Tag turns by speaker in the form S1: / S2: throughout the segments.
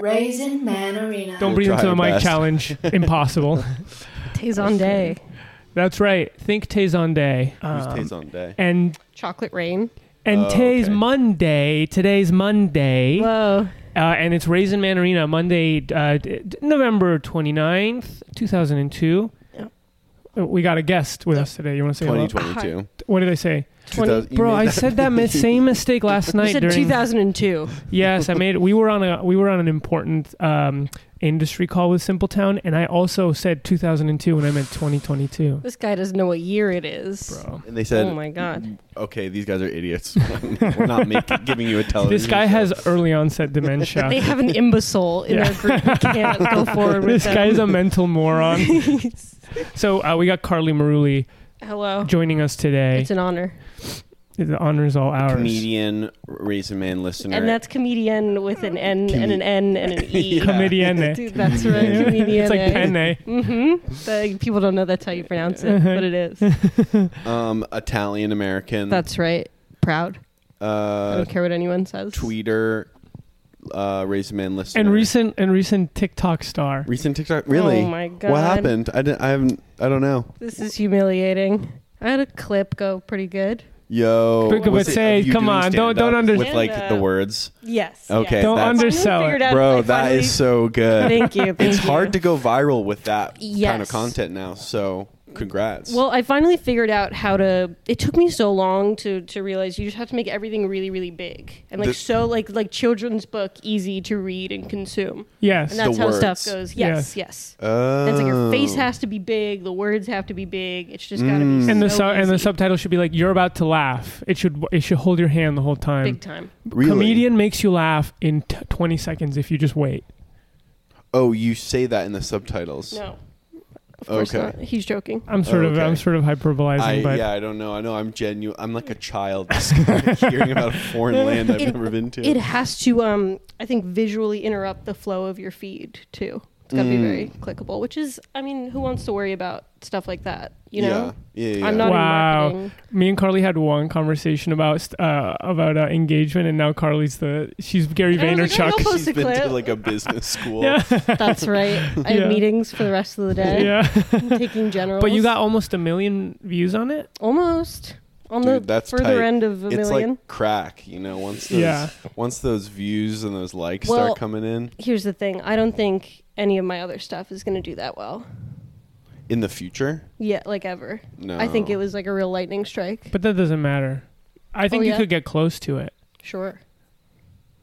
S1: Raisin Man Arena.
S2: Don't
S3: We'll
S2: breathe
S3: try
S2: into
S3: our
S2: a mic
S3: best.
S2: challenge. Impossible.
S4: Tazon Day.
S2: That's right. Think Tay's on day.
S4: Uh.
S3: Who's
S2: Um,
S3: Taze on day?
S2: And
S4: Chocolate Rain.
S2: and
S3: Oh,
S2: Tay's
S3: okay.
S2: Monday. Today's Monday.
S4: Whoa.
S2: Uh, and it's Raisin Man Arena, Monday, uh, d- d- November 29th, 2002.
S4: Yeah.
S2: Uh, We got a guest with us today. You want to say hello?
S3: 2022.
S2: What did I say?
S3: 2000 you
S2: Bro,
S3: made
S2: I
S3: that-
S2: said that mi- same mistake last night.
S4: You said
S2: during,
S4: 2002.
S2: Yes, I made. We were on a we were on an important um, industry call with Simpletown, and I also said 2002 when I meant 2022.
S4: This guy doesn't know what year it is.
S2: Bro,
S3: And they said,
S4: Oh my god.
S3: okay, these guys are idiots. We're not making, giving you a television.
S2: this guy
S3: show.
S2: has early onset
S4: They
S2: dementia.
S4: have an imbecile in
S2: Yeah.
S4: their group. You can't go forward with
S2: this
S4: them.
S2: guy's a mental moron. so uh, we got Carly Maruli
S4: Hello.
S2: joining us today.
S4: Oh. It's an honor.
S2: the honors all ours.
S3: comedian, Raisin Man listener.
S4: And that's comedian with an N and an N and an E.
S3: Yeah.
S2: Comedienne.
S4: Dude, that's right. Comedian.
S2: It's like penne.
S4: Mm-hmm. People don't know that's how you pronounce it,
S2: Uh-huh.
S4: but it is.
S3: Mm-hmm. um, Italian American.
S4: That's right. Proud. I
S3: uh,
S4: don't care what anyone says.
S3: tweeter, uh, Raisin Man listener.
S2: and recent and recent TikTok star.
S3: Recent TikTok. Really?
S4: Oh my god.
S3: What happened? I didn't. I haven't. I don't know.
S4: This is humiliating. I had a clip go pretty good.
S3: Yo.
S2: Think of
S3: was
S2: it,
S3: it
S2: say,
S3: of you
S2: come
S3: doing
S2: on, don't- don't
S3: stand-up
S2: under-
S3: With like the
S4: Stand-up.
S3: words,
S4: Yes.
S3: Okay,
S2: Don't
S3: that's-
S2: undersell it.
S3: bro. That is so good.
S4: Thank you.
S3: it's hard to go viral with that kind of
S4: Yes.
S3: content now. So congrats.
S4: Well, I finally figured out how to. It took me so long to to realize you just have to make everything really, really big and like
S3: The-
S4: so like like children's book easy to read and consume.
S2: Yes.
S4: And that's
S3: The
S4: how
S3: words.
S4: stuff goes. Yes, yes.
S3: oh.
S4: And it's like your face has to be big, the words have to be big. It's just gotta
S3: Mm.
S4: be
S2: and the
S4: so
S2: su- and the
S4: easy.
S2: subtitle should be like you're about to laugh. It should it should hold your hand the whole time.
S4: big time.
S3: really?
S2: Comedian makes you laugh in t- 20 seconds if you just wait.
S3: Oh, you say that in the subtitles.
S4: No. Of course
S3: Okay.
S4: not. He's joking.
S2: I'm sort of
S3: Oh, Okay.
S2: I'm sort of hyperbolizing,
S3: I,
S2: but
S3: yeah, I don't know. I know I'm genuine. I'm like a child hearing about a foreign land I've
S4: It-
S3: never been to.
S4: It has to, um, I think, visually interrupt the flow of your feed too. It's got to be
S3: Mm.
S4: very clickable, which is, I mean, who wants to worry about stuff like that? You know,
S3: Yeah. Yeah. yeah.
S4: I'm not
S2: Wow.
S4: in marketing.
S2: me and Carly had one conversation about st- uh, about uh, engagement, and now Carly's the she's Gary
S4: And I was like, "Oh,
S2: Vaynerchuk.
S4: I'll post
S3: She's
S4: a
S3: been to
S4: clip.
S3: like a business school.
S4: That's right. I
S2: Yeah.
S4: have meetings for the rest of the day.
S2: yeah,
S4: I'm taking general.
S2: but you got almost a million views on it.
S4: almost on
S3: Dude,
S4: the
S3: that's
S4: further
S3: tight.
S4: end of a
S3: It's
S4: million.
S3: like crack, you know. Once those,
S2: Yeah.
S3: once those views and those likes
S4: Well-
S3: start coming in
S4: Here's the thing: I don't think any of my other stuff is going to do that well.
S3: in the future,
S4: Yeah, like ever.
S3: no.
S4: I think it was like a real lightning strike.
S2: But that doesn't matter. I think
S4: Oh,
S2: you
S4: yeah?
S2: could get close to it.
S4: Sure.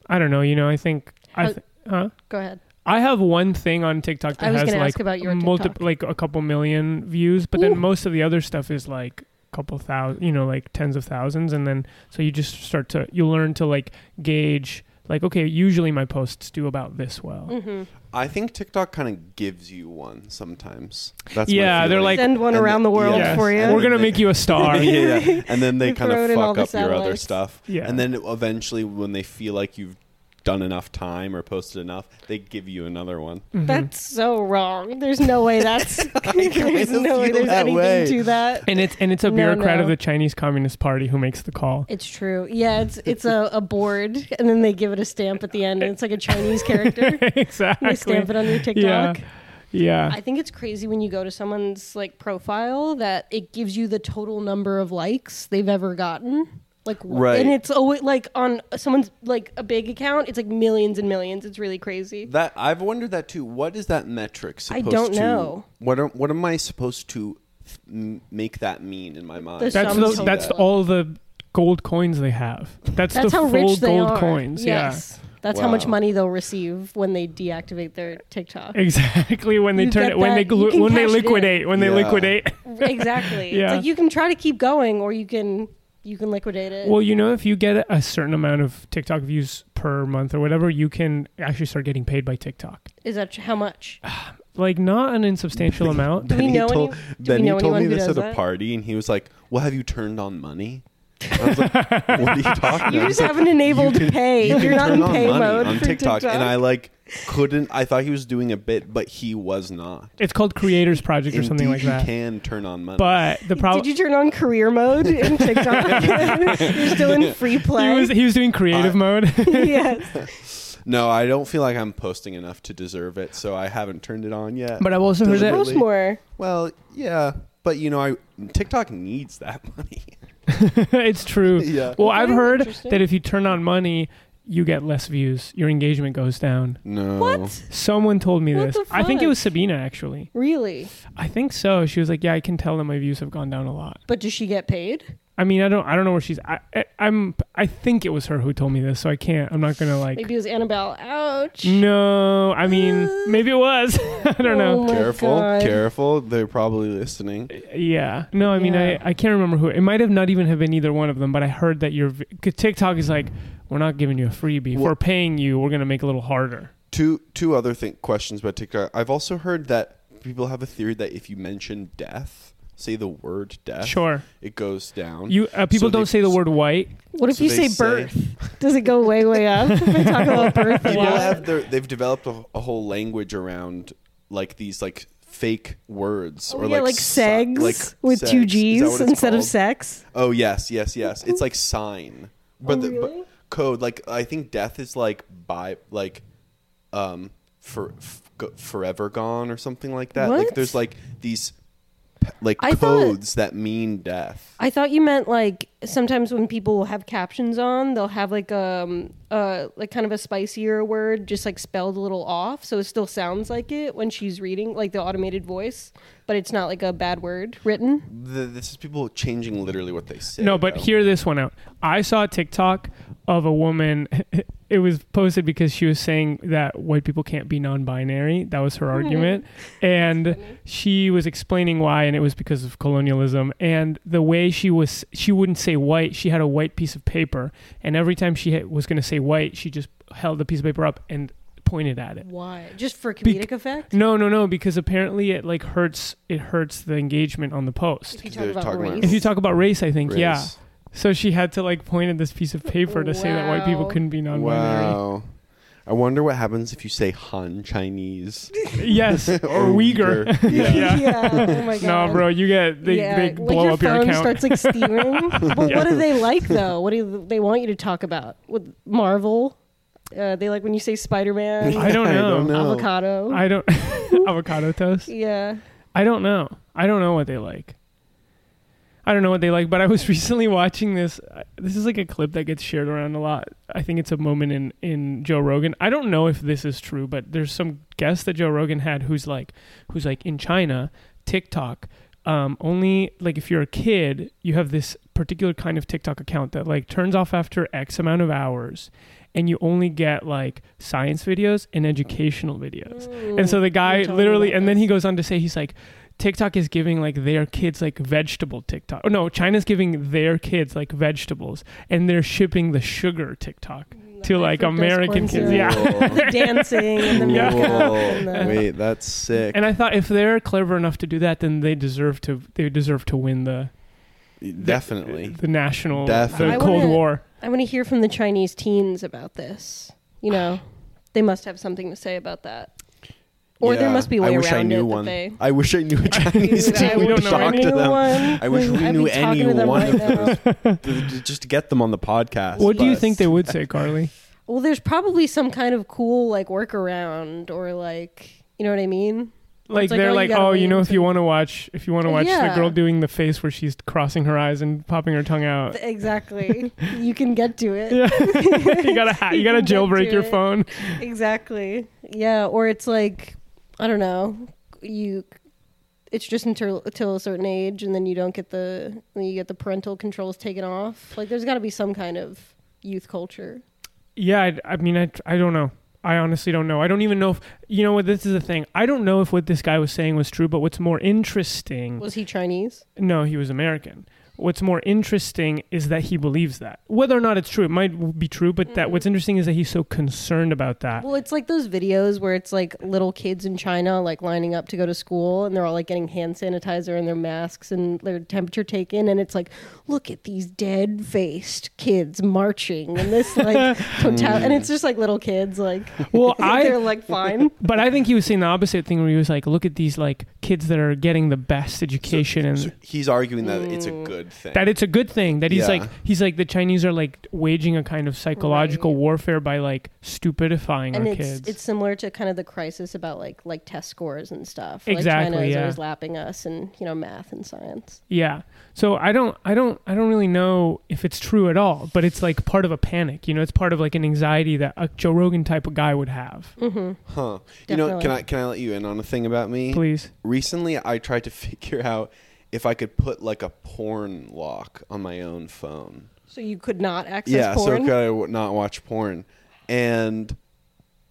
S2: I don't know. You know, I think I
S4: How-
S2: th- huh.
S4: Go ahead.
S2: I have one thing on TikTok that
S4: I was
S2: has
S4: gonna
S2: like
S4: ask about your
S2: multiple,
S4: TikTok.
S2: like a couple million views, but then
S4: Ooh.
S2: most of the other stuff is like a couple thousand, you know, like tens of thousands, and then so you just start to you learn to like gauge, like okay, usually my posts do about this well.
S4: Mm-hmm.
S3: I think TikTok kind of gives you one sometimes. That's my
S2: Yeah, they're
S3: feeling.
S2: like-
S4: Send one
S3: And
S4: around
S3: the-
S4: the world
S3: yes.
S4: for you.
S3: And
S2: We're gonna
S3: they-
S2: make you a star.
S3: yeah, yeah. and then they
S4: You
S3: kind
S4: throw
S3: of
S4: it in all
S3: fuck
S4: the
S3: up your other
S4: satellites.
S3: stuff.
S2: Yeah.
S3: and then eventually, when they feel like you've done enough time or posted enough, they give you another one.
S2: Mm-hmm.
S4: That's so wrong. There's no way that's there's
S3: kinda
S4: no way
S3: feel
S4: there's
S3: that
S4: anything
S3: way.
S4: to that.
S2: And it's and it's a
S4: No,
S2: bureaucrat
S4: no.
S2: of the Chinese Communist Party who makes the call.
S4: It's true. Yeah, it's it's a, a board, and then they give it a stamp at the end, and it's like a Chinese character.
S2: exactly.
S4: They stamp it on your
S2: Yeah.
S4: TikTok.
S2: Yeah.
S4: I think it's crazy when you go to someone's like profile that it gives you the total number of likes they've ever gotten. Like wh-
S3: Right.
S4: and it's always like on someone's like a big account, it's like millions and millions. It's really crazy.
S3: That I've wondered that too. What is that metric
S4: I
S3: supposed
S4: don't
S3: to?
S4: know.
S3: What am- what am I supposed to m- make that mean in my mind?
S4: There's
S2: that's
S4: some
S2: the,
S4: total.
S2: that's all the gold coins they have. That's,
S4: That's
S2: the
S4: how
S2: full
S4: rich they
S2: gold
S4: are.
S2: coins.
S4: Yes. That's how much
S3: Wow.
S4: money they'll receive when they deactivate their TikTok.
S2: Yeah. Exactly when they
S4: You
S2: turn
S4: get
S2: it when they
S4: that- you
S2: glu-
S4: can
S2: when they
S4: cash it in.
S2: liquidate when they
S3: Yeah.
S2: liquidate.
S4: exactly.
S2: Yeah.
S4: It's like you can try to keep going or you can you can liquidate it.
S2: Well, you know, if you get a certain amount of TikTok views per month or whatever, you can actually start getting paid by TikTok.
S4: Is that how much?
S2: Like not an insubstantial amount.
S4: Do we
S3: Then
S4: know
S3: he told,
S4: any- do
S3: then
S4: we know
S3: he told me
S4: anyone who
S3: this
S4: does
S3: at a
S4: that?
S3: party, and he was like, "Well, have you turned on money?" I was like, "What are you talking about?"
S4: You
S3: He's
S4: just
S3: like,
S4: haven't enabled pay.
S3: you can
S4: You're not
S3: turn
S4: in
S3: on
S4: pay
S3: money
S4: mode
S3: on
S4: for
S3: TikTok, and I like couldn't. I thought he was doing a bit, but he was not.
S2: It's called Creators Project or something
S3: Indeed,
S2: like that.
S3: You can turn on money,
S2: But the problem
S4: Did you turn on career mode in TikTok? You're still in free
S2: he
S4: play.
S2: was he was doing creative
S3: I-
S2: mode.
S4: yes.
S3: No, I don't feel like I'm posting enough to deserve it, so I haven't turned it on yet.
S2: But I've also heard that
S4: Post more.
S3: well, yeah, but you know, I TikTok needs that money.
S2: it's true.
S3: Yeah.
S2: Well, I've
S4: Okay,
S2: heard
S4: interesting.
S2: that if you turn on money, you get less views. Your engagement goes down.
S3: No.
S4: What?
S2: Someone told me
S4: What
S2: this.
S4: the
S2: I think it
S4: fuck?
S2: was Sabina actually.
S4: Really?
S2: I think so. She was like, "Yeah, I can tell that my views have gone down a lot."
S4: But does she get paid?
S2: I mean, I don't, I don't know where she's. I, I, I'm, I think it was her who told me this, so I can't. I'm not gonna like.
S4: Maybe it was Annabelle. Ouch.
S2: No, I mean, maybe it was. I don't know.
S4: Oh my
S3: Careful,
S4: God.
S3: careful. They're probably listening.
S2: Yeah. No, I mean,
S4: Yeah.
S2: I, I can't remember who. It might have not even have been either one of them, but I heard that your v- 'cause TikTok is like, we're not giving you a freebie. If
S3: Well-
S2: we're paying you, we're gonna make it a little harder.
S3: Two two other thing, questions about TikTok. I've also heard that people have a theory that if you mention death, say the word death,
S2: Sure.
S3: it goes down.
S2: You uh, people
S3: So
S2: don't
S3: they-
S2: say the word white.
S4: What if
S3: So
S4: you
S3: they
S4: say
S3: say-
S4: birth? Does it go way, way up? If I talk about birth a
S3: people
S4: lot.
S3: have their, they've developed a, a whole language around like these like fake words
S4: Oh,
S3: or
S4: yeah, like,
S3: si-
S4: segs
S3: like
S4: with
S3: segs.
S4: two
S3: Is that
S4: G's
S3: what it's
S4: instead of
S3: called?
S4: sex.
S3: Oh yes, yes, yes. It's like sign, but,
S4: Oh,
S3: the,
S4: really?
S3: but code. Like I think death is like by like, um, for f- go- forever gone or something like that. Like
S4: What?
S3: there's like these, p- like
S4: I thought-
S3: codes that mean death.
S4: I thought you meant like sometimes when people have captions on, they'll have like um uh like kind of a spicier word just like spelled a little off, so it still sounds like it when she's reading like the automated voice, but it's not like a bad word written.
S3: The, this is people changing literally what they say.
S2: No, but
S3: though.
S2: hear this one out. I saw a TikTok of a woman. It was posted because she was saying that white people can't be non-binary. That was her argument, and she was explaining why, and it was because of colonialism and the way she was. She wouldn't say white. She had a white piece of paper, and every time she had, was going to say white, she just held the piece of paper up and pointed at it.
S4: Why? Just for
S2: Bec-
S4: comedic effect?
S2: No, no, no, because apparently it like hurts. It hurts the engagement on the post.
S4: If you
S3: They're
S4: talk about
S3: talking about
S4: race.
S2: If you talk about race, I think
S3: Race.
S2: yeah. So she had to like point at this piece of paper to say that white people
S4: Wow.
S2: couldn't be non-binary.
S3: Wow. I wonder what happens if you say Han Chinese.
S2: Yes, or Uyghur.
S3: Yeah.
S2: Yeah.
S4: yeah. Oh my god.
S2: No, bro, you get they,
S4: yeah,
S2: they
S4: like
S2: blow
S4: your
S2: up
S4: phone
S2: your account.
S4: starts like steaming. but
S2: Yeah.
S4: what do they like though? What do they want you to talk about? With Marvel, uh, they like when you say Spider
S2: I
S4: Man,
S2: don't
S3: I
S2: know.
S3: don't know.
S4: avocado.
S2: I don't avocado toast.
S4: yeah,
S2: I don't know. I don't know what they like. I don't know what they like, but I was recently watching this. This is like a clip that gets shared around a lot. I think it's a moment in in Joe Rogan. I don't know if this is true, but there's some guest that Joe Rogan had who's like who's like in China, TikTok. Um, only like if you're a kid, you have this particular kind of TikTok account that like turns off after X amount of hours, and you only get like science videos and educational videos. And so the guy
S4: Mm. you told me
S2: literally,
S4: about
S2: and then
S4: this.
S2: he goes on to say, he's like, TikTok is giving like their kids like vegetable TikTok. Oh, no, China's giving their kids like vegetables and they're shipping the sugar TikTok to like
S4: fructose
S2: American kids.
S4: corn syrup.
S2: Yeah.
S3: Cool.
S4: the dancing and the
S2: Yeah.
S4: makeup. And
S3: Cool.
S4: the,
S3: Wait, that's sick.
S2: And I thought if they're clever enough to do that, then they deserve to, they deserve to win the,
S3: Definitely.
S2: the national,
S3: Eh, Definitely.
S2: the
S4: I
S2: Cold
S4: wanna-
S2: War.
S4: I want to hear from the Chinese teens about this. You know, they must have something to say about that. Or there
S3: Yeah.
S4: must be a way
S3: I wish
S4: around
S3: I knew
S4: it
S3: one.
S4: that they.
S3: I wish I knew a Chinese
S4: Dude, I
S3: team to
S2: don't
S4: wish
S2: know
S3: talk
S4: I
S3: to
S4: knew
S3: them.
S4: one.
S3: I wish we
S4: I'd
S3: knew
S4: be talking
S3: any
S4: to them
S3: one
S4: right
S3: of
S4: now.
S3: those Th- th- Just to get them on the podcast.
S2: What do you
S3: but-
S2: think they would say, Carly?
S4: Well, there's probably some kind of cool like workaround or like you know what I mean.
S2: Like
S4: like,
S2: they're
S4: oh, you
S2: like,
S4: gotta
S2: oh, you
S4: wait
S2: know, if you
S4: until-
S2: want to watch, if you want to watch the
S4: Yeah.
S2: girl doing the face where she's crossing her eyes and popping her tongue out,
S4: Exactly. you can get to it.
S2: Uh. Yeah. you gotta ha- you gotta
S4: can get
S2: jailbreak
S4: to
S2: your
S4: it.
S2: phone.
S4: Exactly. Yeah. Or it's like I don't know. You. It's just until until a certain age, and then you don't get the then you get the parental controls taken off. Like there's got to be some kind of youth culture.
S2: Yeah, I, I mean, I I don't know. I honestly don't know. I don't even know if you know what this is the thing. I don't know if what this guy was saying was true. But what's more interesting?
S4: Was he Chinese?
S2: no, he was American. What's more interesting is that he believes that. Whether or not it's true, it might be true. But that what's interesting is that he's so concerned about that.
S4: Well, it's like those videos where it's like little kids in China like lining up to go to school and they're all like getting hand sanitizer and their masks and their temperature taken and it's like look at these dead-faced kids marching and this like total and
S3: Mm.
S4: it's just like little kids like
S2: Well, I
S4: they're like fine.
S2: but I think he was saying the opposite thing where he was like, look at these like kids that are getting the best education and
S3: So he's arguing that it's
S4: Mm.
S3: a good thing.
S2: that it's a good thing that he's
S3: Yeah.
S2: like he's like the Chinese are like waging a kind of psychological warfare by like stupidifying
S4: and
S2: our
S4: it's
S2: kids.
S4: it's similar to kind of the crisis about like like test scores and stuff. like
S2: Exactly,
S4: China is
S2: yeah.
S4: always lapping us in you know math and science.
S2: yeah. So I don't I don't I don't really know if it's true at all, but it's like part of a panic, you know, it's part of like an anxiety that a Joe Rogan type of guy would have.
S4: Mm-hmm.
S3: huh. You know, can
S4: Definitely.
S3: I can I let you in on a thing about me?
S2: Please.
S3: Recently, I tried to figure out if I could put like a porn lock on my own phone.
S4: So you could not access
S3: yeah,
S4: porn.
S3: so could I w- not watch porn? And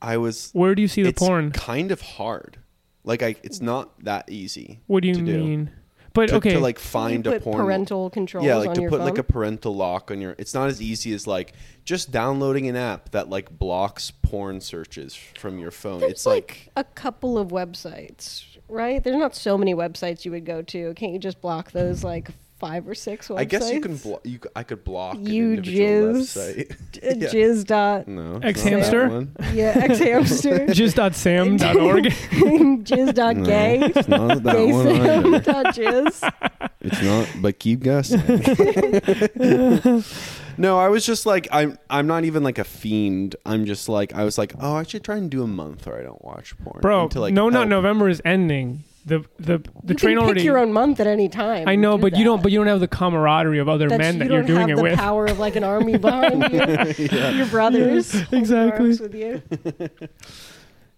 S3: I was
S2: Where do you see the
S3: it's
S2: porn?
S3: kind of hard. Like I, it's not that easy.
S2: What do you
S3: to
S2: mean? But
S3: To,
S2: okay.
S3: to like
S4: You
S3: find a
S4: put
S3: porn.
S4: parental controls
S3: yeah, like
S4: on
S3: to
S4: your
S3: put
S4: phone.
S3: like a parental lock on your. It's not as easy as like just downloading an app that like blocks porn searches from your phone.
S4: There's
S3: it's
S4: like, a couple of websites, right? There's not so many websites you would go to. Can't you just block those like five or six websites?
S3: I guess you can. Blo- you, c- I could block an
S4: You
S3: individual
S4: jizz.
S3: website.
S4: D-
S3: Yeah.
S4: Uh, Jizz dot
S3: No. it's
S2: Ex
S3: not that
S2: hamster?
S3: one.
S4: yeah ex hamster
S2: just.sam.org.
S4: jizz dot
S3: No,
S4: gay
S3: It's not that
S4: gay
S3: one
S4: sam
S3: either.
S4: dot jizz.
S3: It's not. But keep guessing. no, I was just like I'm. I'm not even like a fiend. I'm just like I was like oh I should try and do a month where I don't watch porn.
S2: Bro,
S3: And to, like,
S2: no, not
S3: help.
S2: November is ending. The the the
S4: You
S2: train
S4: can
S2: already
S4: pick your own month at any time.
S2: I
S4: and
S2: know,
S4: do
S2: but you don't.
S4: that.
S2: But you don't have the camaraderie of other
S4: That's-
S2: men that
S4: you
S2: you're
S4: don't
S2: doing
S4: have
S2: it
S4: the
S2: with.
S4: power of like an army behind you, your brothers holding
S2: exactly.
S4: arms with you.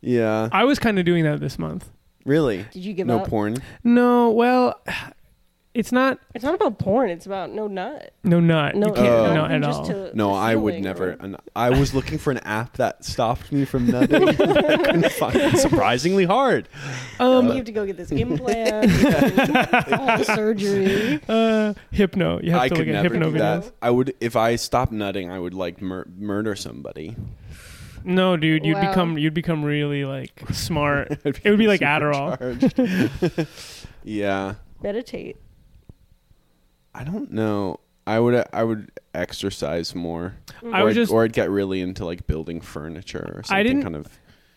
S3: Yeah.
S2: I was kind of doing that this month.
S3: Really.
S4: Did you give
S3: no
S4: up?
S3: porn.
S2: No, well, it's not
S4: It's not about porn. It's about no nut.
S2: no nut.
S4: No,
S2: you can't
S3: Oh.
S2: nut at
S4: just
S2: all.
S4: to
S3: No,
S4: the
S3: I would
S4: ceiling,
S3: never.
S4: right?
S3: And I was looking for an app that stopped me from nutting. I couldn't find it. Surprisingly hard.
S4: Um, you have to go get this implant, and all surgery.
S2: uh, hypno. You have
S3: I
S2: to
S3: could
S2: look at
S3: never
S2: hypno
S3: do
S2: videos.
S3: that. I would if I stopped nutting, I would like mur- murder somebody.
S2: No, dude, you'd
S4: Wow.
S2: become you'd become really like smart. it would be like Adderall.
S3: Supercharged. yeah,
S4: Meditate.
S3: I don't know. I would I would exercise more.
S2: I
S3: or
S2: was
S3: I'd-
S2: just
S3: or I'd get really into like building furniture or something.
S2: didn't-
S3: kind of.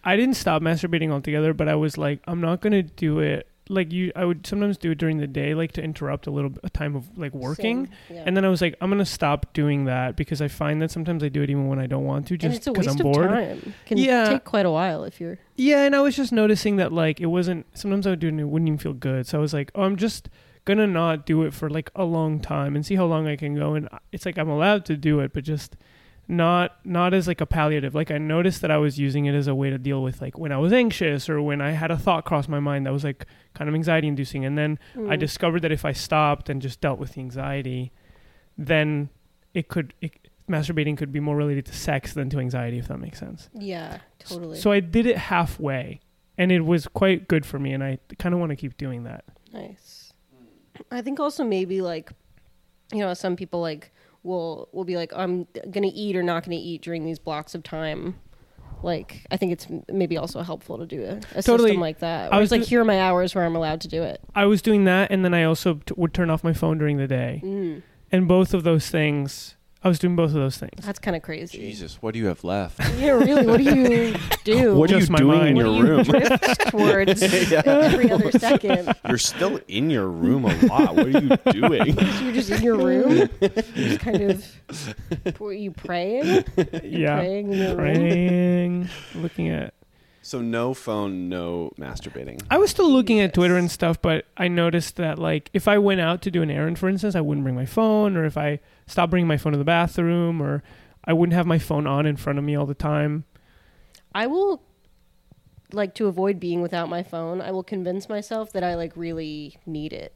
S2: I didn't stop masturbating altogether, but I was like, I'm not gonna do it. Like you, I would sometimes do it during the day, like to interrupt a little bit, a time of like working.
S4: Same, yeah.
S2: And then I was like, I'm gonna stop doing that because I find that sometimes I do it even when I don't want to,
S4: And
S2: just
S4: it's a
S2: because
S4: waste
S2: I'm
S4: of
S2: bored.
S4: time. Can
S2: Yeah.
S4: take quite a while if you're.
S2: Yeah, and I was just noticing that like it wasn't. Sometimes I would do it and it wouldn't even feel good. So I was like, oh, I'm just gonna not do it for like a long time and see how long I can go. And uh, it's like I'm allowed to do it, but just not not as like a palliative. Like I noticed that I was using it as a way to deal with like when I was anxious or when I had a thought cross my mind that was like kind of anxiety inducing. And then
S4: Mm.
S2: I discovered that if I stopped and just dealt with the anxiety, then it could it, masturbating could be more related to sex than to anxiety, if that makes sense.
S4: Mm. Yeah, totally.
S2: So I did it halfway, and it was quite good for me, and I kind of want to keep doing that.
S4: Nice. I think also maybe like, you know, some people like will will be like, I'm gonna eat or not gonna eat during these blocks of time. Like, I think it's m- maybe also helpful to do a, a
S2: Totally.
S4: system like that.
S2: I
S4: Where
S2: was
S4: it's like,
S2: do-
S4: here are my hours where I'm allowed to do it.
S2: I was doing that, and then I also t- would turn off my phone during the day,
S4: Mm,
S2: and both of those things, I was doing both of those things.
S4: That's kind of crazy.
S3: Jesus, what do you have left?
S4: Yeah, really. What do you do?
S3: what are you
S2: Just my mind.
S3: doing in
S4: What
S3: your
S4: do you
S3: room?
S4: drift towards every other second?
S3: You're still in your room a lot. What are you doing?
S4: So you're just in your room, You're just kind of. Were you praying?
S2: yeah,
S4: Praying in your room?
S2: praying, looking at.
S3: So no phone, no masturbating.
S2: I was still looking at Twitter and stuff, but I noticed that like if I went out to do an errand, for instance, I wouldn't bring my phone, or if I stopped bringing my phone to the bathroom, or I wouldn't have my phone on in front of me all the time.
S4: I will like to avoid being without my phone. I will convince myself that I like really need it,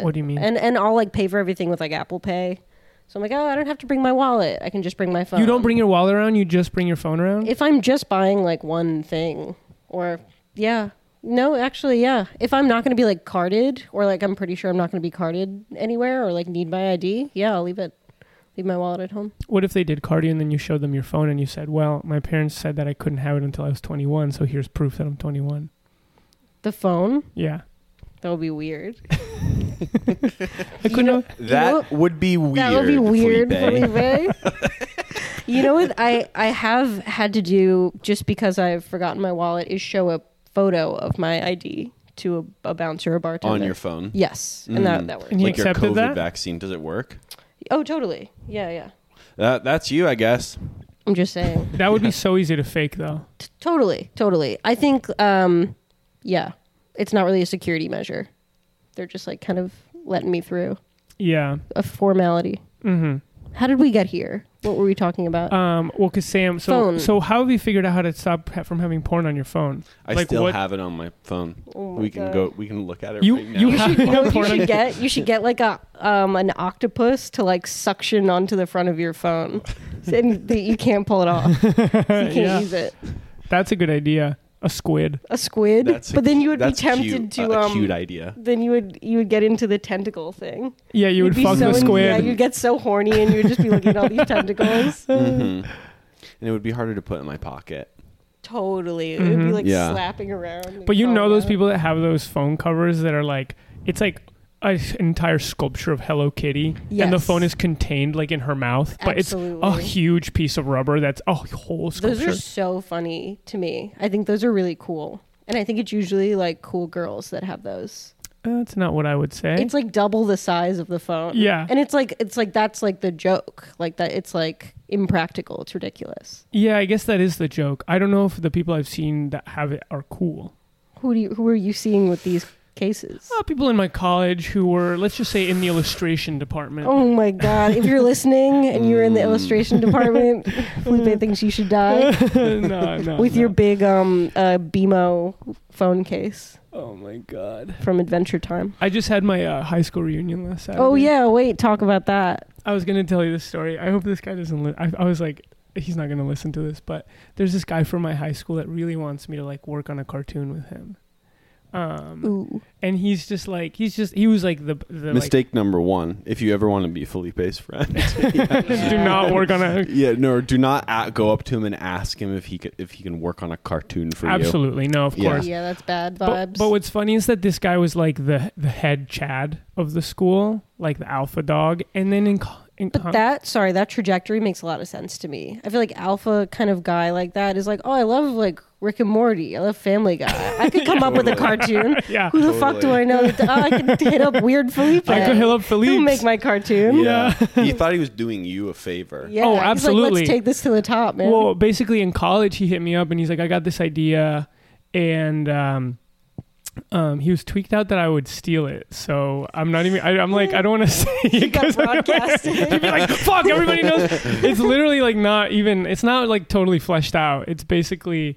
S2: What do you mean?
S4: and and I'll like pay for everything with like Apple Pay. So I'm like, oh, I don't have to bring my wallet. I can just bring my phone.
S2: you don't bring your wallet around; you just bring your phone around.
S4: if I'm just buying like one thing, or yeah, no, actually, yeah. If I'm not going to be like carded, or like I'm pretty sure I'm not going to be carded anywhere, or like need my ID, yeah, I'll leave it, leave my wallet at home.
S2: What if they did cardio and then you showed them your phone and you said, "Well, my parents said that I couldn't have it until I was 21, so here's proof that I'm 21."
S4: The phone
S2: Yeah,
S4: that would be weird.
S2: I couldn't.
S4: know-
S3: That would be weird.
S4: That would be weird,
S3: Felipe.
S4: Felipe. you know what I I have had to do just because I've forgotten my wallet is show a photo of my ID to a, a bouncer, a bartender.
S3: on your phone.
S4: Yes, and that
S3: Mm.
S4: that worked.
S2: And you
S3: like your
S2: accepted
S3: COVID
S2: that?
S3: vaccine, does it work?
S4: Oh, totally. Yeah, yeah.
S3: That that's you, I guess.
S4: I'm just saying.
S2: That would be so easy to fake, though.
S4: T- totally, totally. I think, um, yeah, it's not really a security measure. They're just like kind of letting me through
S2: Yeah.
S4: a formality.
S2: Mm-hmm.
S4: How did we get here? What were we talking
S3: Uh,
S4: about?
S2: Um, well, because Sam, so
S4: Phone.
S2: so how have you figured out how to stop ha- from having porn on your phone?
S3: I
S2: Like,
S3: still
S2: what-
S3: have it on my phone.
S4: Oh my
S3: we can
S4: God.
S3: go. We can look at it
S2: You-
S3: right now.
S2: you
S4: You
S2: have-
S4: should, oh, you know what you
S2: Porn on
S4: should
S2: your-
S4: get you should get like a um an octopus to like suction onto the front of your phone, and the, you can't pull it off. So you can't
S2: Yeah.
S4: use it.
S2: That's a good idea. A squid.
S4: A squid,
S3: That's a
S4: but then you would be
S3: that's
S4: tempted
S3: cute,
S4: to
S3: a- a
S4: um.
S3: cute idea.
S4: then you would you would get into the tentacle thing.
S2: Yeah, you would
S4: You'd be
S2: fuck
S4: so
S2: the
S4: in- yeah,
S2: squid.
S4: you'd get so horny and you'd just be looking at all these tentacles.
S2: Uh-huh.
S3: Mhm. And it would be harder to put in my pocket.
S4: Totally, it would be
S2: Mhm.
S4: like
S3: Yeah.
S4: slapping around. and
S2: but you know
S4: crawling
S2: those
S4: out.
S2: people that have those phone covers that are like it's like an entire sculpture of Hello Kitty, and the
S4: Yes.
S2: phone is contained like in her mouth, but it's oh, a
S4: Absolutely.
S2: huge piece of rubber that's a whole
S4: Those
S2: sculpture.
S4: are so funny to me. I think those are really cool, and I think it's usually like cool girls that have those.
S2: that's not what I would say.
S4: It's like double the size of the phone.
S2: Eh? Yeah.
S4: And it's like it's like that's like the joke. Like that it's like impractical. It's ridiculous.
S2: yeah, I guess that is the joke. I don't know if the people I've seen that have it are cool.
S4: Who do you who are you seeing with these cases?
S2: Uh, people in my college who were, let's just say, in the illustration department.
S4: Oh my god. If you're listening and you're in the illustration department, Felipe thinks you should die.
S2: no, no.
S4: With your big um uh BMO phone case
S2: Oh my god.
S4: from Adventure Time.
S2: I just had my uh, high school reunion last Saturday.
S4: Oh yeah, wait, talk about that.
S2: I was gonna tell you this story. I hope this guy doesn't. Li- I, I was like, he's not gonna listen to this. But there's this guy from my high school that really wants me to like work on a cartoon with him. Um,
S4: Ooh.
S2: and he's just like, he's just, he was like the the
S3: Mistake number one: if you ever want to be Felipe's friend,
S2: Like, do not work on a.
S3: yeah, no, do not a- go up to him and ask him if he could, if he can work on a cartoon for you.
S2: Absolutely no, of
S3: Yeah.
S2: course.
S4: Yeah, that's bad
S2: But,
S4: vibes.
S2: but what's funny is that this guy was like the the head Chad of the school, like the alpha dog, and then in, co- in
S4: But
S2: co-
S4: that, sorry, that trajectory makes a lot of sense to me. I feel like alpha kind of guy like that is like, oh, I love like Rick and Morty. I love Family Guy. I could come up with a cartoon.
S2: yeah,
S4: Who the fuck do
S3: Totally.
S4: I know? That, oh, I could hit up Weird Felipe.
S2: I could hit up Felipe.
S4: Who make my cartoon?
S3: Yeah, he thought he was doing you a favor.
S4: Yeah,
S2: Oh,
S4: he's like,
S2: absolutely.
S4: Let's take this to the top, man.
S2: Well, basically in college, he hit me up and he's like, I got this idea. And um, um, he was tweaked out that I would steal it. So I'm not even, I, I'm like, I don't want to say
S4: He
S2: it
S4: got
S2: 'cause I'm
S4: broadcasted.
S2: be like, fuck, everybody knows. It's literally like not even, it's not like totally fleshed out. It's basically.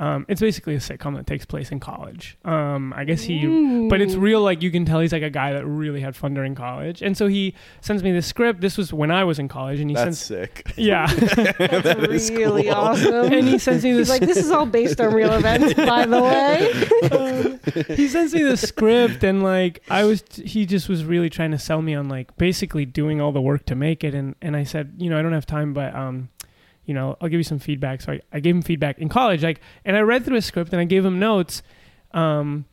S2: Um, it's basically a sitcom that takes place in college. Um, I guess he, but it's real. Like you can tell, he's like a guy that really had fun during college, and so he sends me the script. This was when I was in college, and he
S3: That's
S2: sends,
S3: sick.
S2: yeah,
S4: That's really awesome.
S2: and he sends me this.
S4: He's like, this is all based on real events, by the way.
S2: he sends me the script and like i was he just was really trying to sell me on like basically doing all the work to make it and and i said you know i don't have time but um you know i'll give you some feedback so i, I gave him feedback in college like and i read through his script and i gave him notes um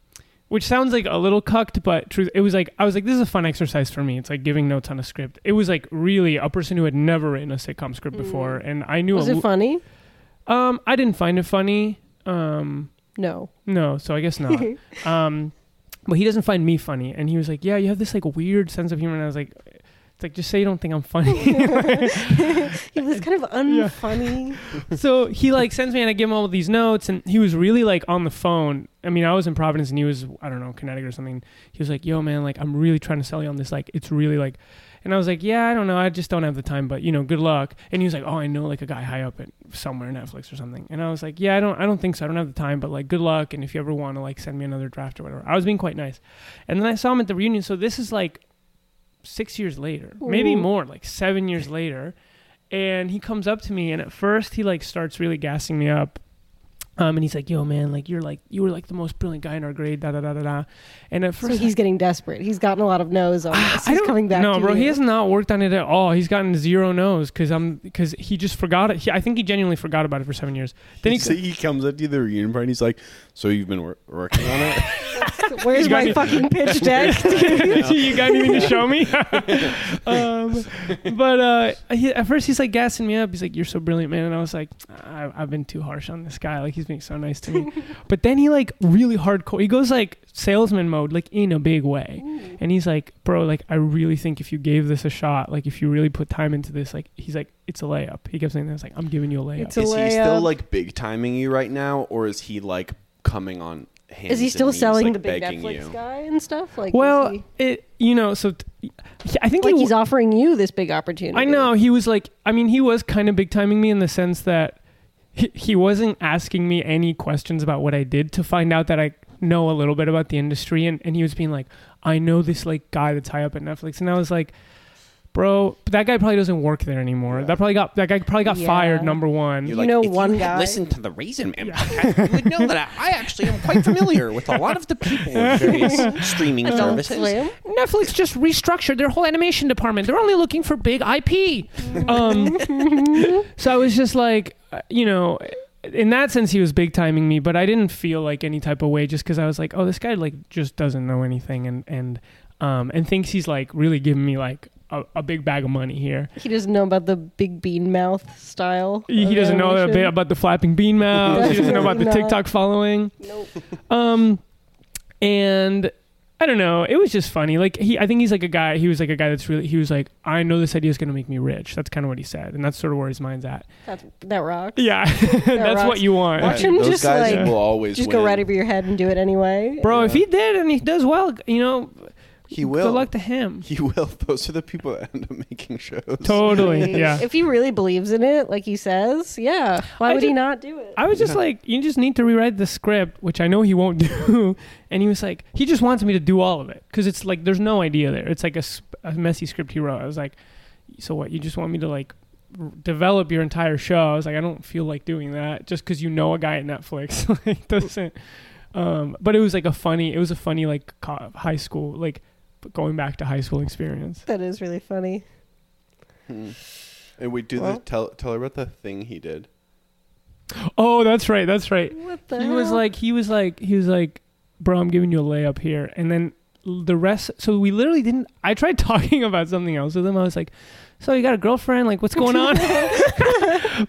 S2: which sounds like a little cucked, but truth, it was like I was like, this is a fun exercise for me. It's like giving notes on a script. It was like really a person who had never written a sitcom script before, and I knew
S4: Mm. Was
S2: a
S4: it
S2: l-
S4: funny?
S2: um I didn't find it funny. Um,
S4: No.
S2: no, so I guess not. um, but he doesn't find me funny, and he was like, "Yeah, you have this like weird sense of humor," and I was like. It's like just say you don't think I'm funny.
S4: He was kind of unfunny.
S2: so he like sends me and I give him all these notes and he was really like on the phone. I mean, I was in Providence and he was I don't know Connecticut or something. He was like, "Yo, man, like I'm really trying to sell you on this. Like it's really like," and I was like, "Yeah, I don't know. I just don't have the time, but you know, good luck." And he was like, "Oh, I know like a guy high up at somewhere Netflix or something." And I was like, "Yeah, I don't I don't think so. I don't have the time, but like good luck. And if you ever want to like send me another draft or whatever, I was being quite nice." And then I saw him at the reunion. So this is like six years later, maybe
S4: Ooh.
S2: more, like seven years later. And he comes up to me, and at first he like starts really gassing me up. Um, and he's like, "Yo, man, like you're like you were like the most brilliant guy in our grade." Da da da da da. And at
S4: So
S2: first
S4: he's getting desperate. He's gotten a lot of no's on this. He's coming back.
S2: No,
S4: to
S2: bro,
S4: you.
S2: he has not worked on it at all. He's gotten zero no's because I'm because he just forgot it. He, I think he genuinely forgot about it for seven years. Then
S3: Then
S2: he,
S3: he, comes up to the reunion party. and He's like, "So you've been wor- working on it?"
S4: Where's
S2: You got
S4: my
S2: it.
S4: fucking pitch deck?
S2: you got anything to show me? um, but uh, he, at first he's like gassing me up. He's like, "You're so brilliant, man," and I was like, I, "I've been too harsh on this guy. Like he's being so nice to me." but then he like really hardcore. He goes like salesman mode, like in a big way, and he's like, "Bro, like I really think if you gave this a shot, like if you really put time into this, like he's like, it's a layup." He kept saying that. I was like, "I'm giving you a layup."
S4: It's a
S3: Is he still
S4: layup.
S3: like big timing you right now, or is he like coming on? Hands
S4: Is he
S3: and
S4: still
S3: knees,
S4: selling
S3: like,
S4: the big
S3: begging
S4: Netflix
S3: you?
S4: guy and stuff? Like,
S2: well,
S4: is he-
S2: it you know, so t- I think
S4: like
S2: he,
S4: he's offering you this big opportunity.
S2: I know he was like. I mean, he was kind of big timing me in the sense that he, he wasn't asking me any questions about what I did to find out that I know a little bit about the industry, and and he was being like, I know this like guy that's high up at Netflix, and I was like. Bro, but that guy probably doesn't work there anymore. That probably got that guy probably got
S4: Yeah.
S2: fired. Number one,
S4: You know
S1: if
S4: one
S1: you had
S4: guy?
S1: listened to the Reason Man podcast, you would know that I, I actually am quite familiar with a lot of the people in various streaming
S4: Don't
S1: services.
S4: blame-
S2: Netflix just restructured their whole animation department. They're only looking for big IP. Um, so I was just like, uh, you know, in that sense, he was big timing me, but I didn't feel like any type of way just because I was like, oh, this guy like just doesn't know anything and and um, and thinks he's like really giving me like a, a big bag of money here.
S4: He doesn't know about the big bean mouth style.
S2: He,
S4: of
S2: he doesn't know a bit
S4: animation.
S2: about the flapping bean mouth. he doesn't know about the
S4: Definitely not.
S2: TikTok following.
S4: Nope.
S2: Um, and I don't know. It was just funny. Like he, I think he's like a guy. He was like a guy that's really. He was like, I know this idea is going to make me rich. That's kind of what he said, and that's sort of where his mind's at.
S4: That's, that rocks.
S2: Yeah, that's
S4: rocks.
S2: what you want.
S4: Watch him
S3: Those
S4: just
S3: guys
S4: like
S3: will always
S4: just
S3: win.
S4: go right over your head and do it anyway.
S2: Bro, if
S3: Yeah.
S2: he did and he does well, you know,
S3: He will.
S2: good luck to him.
S3: He will. Those are the people that end up making shows.
S2: Totally. Yeah.
S4: If he really believes in it, like he says, yeah. Why
S2: I
S4: would he
S2: ju-
S4: not do it?
S2: I was just like, you just need to rewrite the script, which I know he won't do. And he was like, he just wants me to do all of it because it's like there's no idea there. It's like a, sp- a messy script he wrote. I was like, so what? You just want me to like r- develop your entire show? I was like, I don't feel like doing that just because you know a guy at Netflix like doesn't. Um, but it was like a funny. It was a funny like co- high school like going back to high school experience.
S4: That is really funny.
S3: Hmm. And we do
S4: Well-
S3: the tell tell her about the thing he did.
S2: Oh, that's right. That's right.
S4: What the
S2: he was
S4: hell?
S2: like he was like he was like bro i'm giving you a layup here and then l- the rest so we literally didn't i tried talking about something else with him i was like so you got a girlfriend like what's going on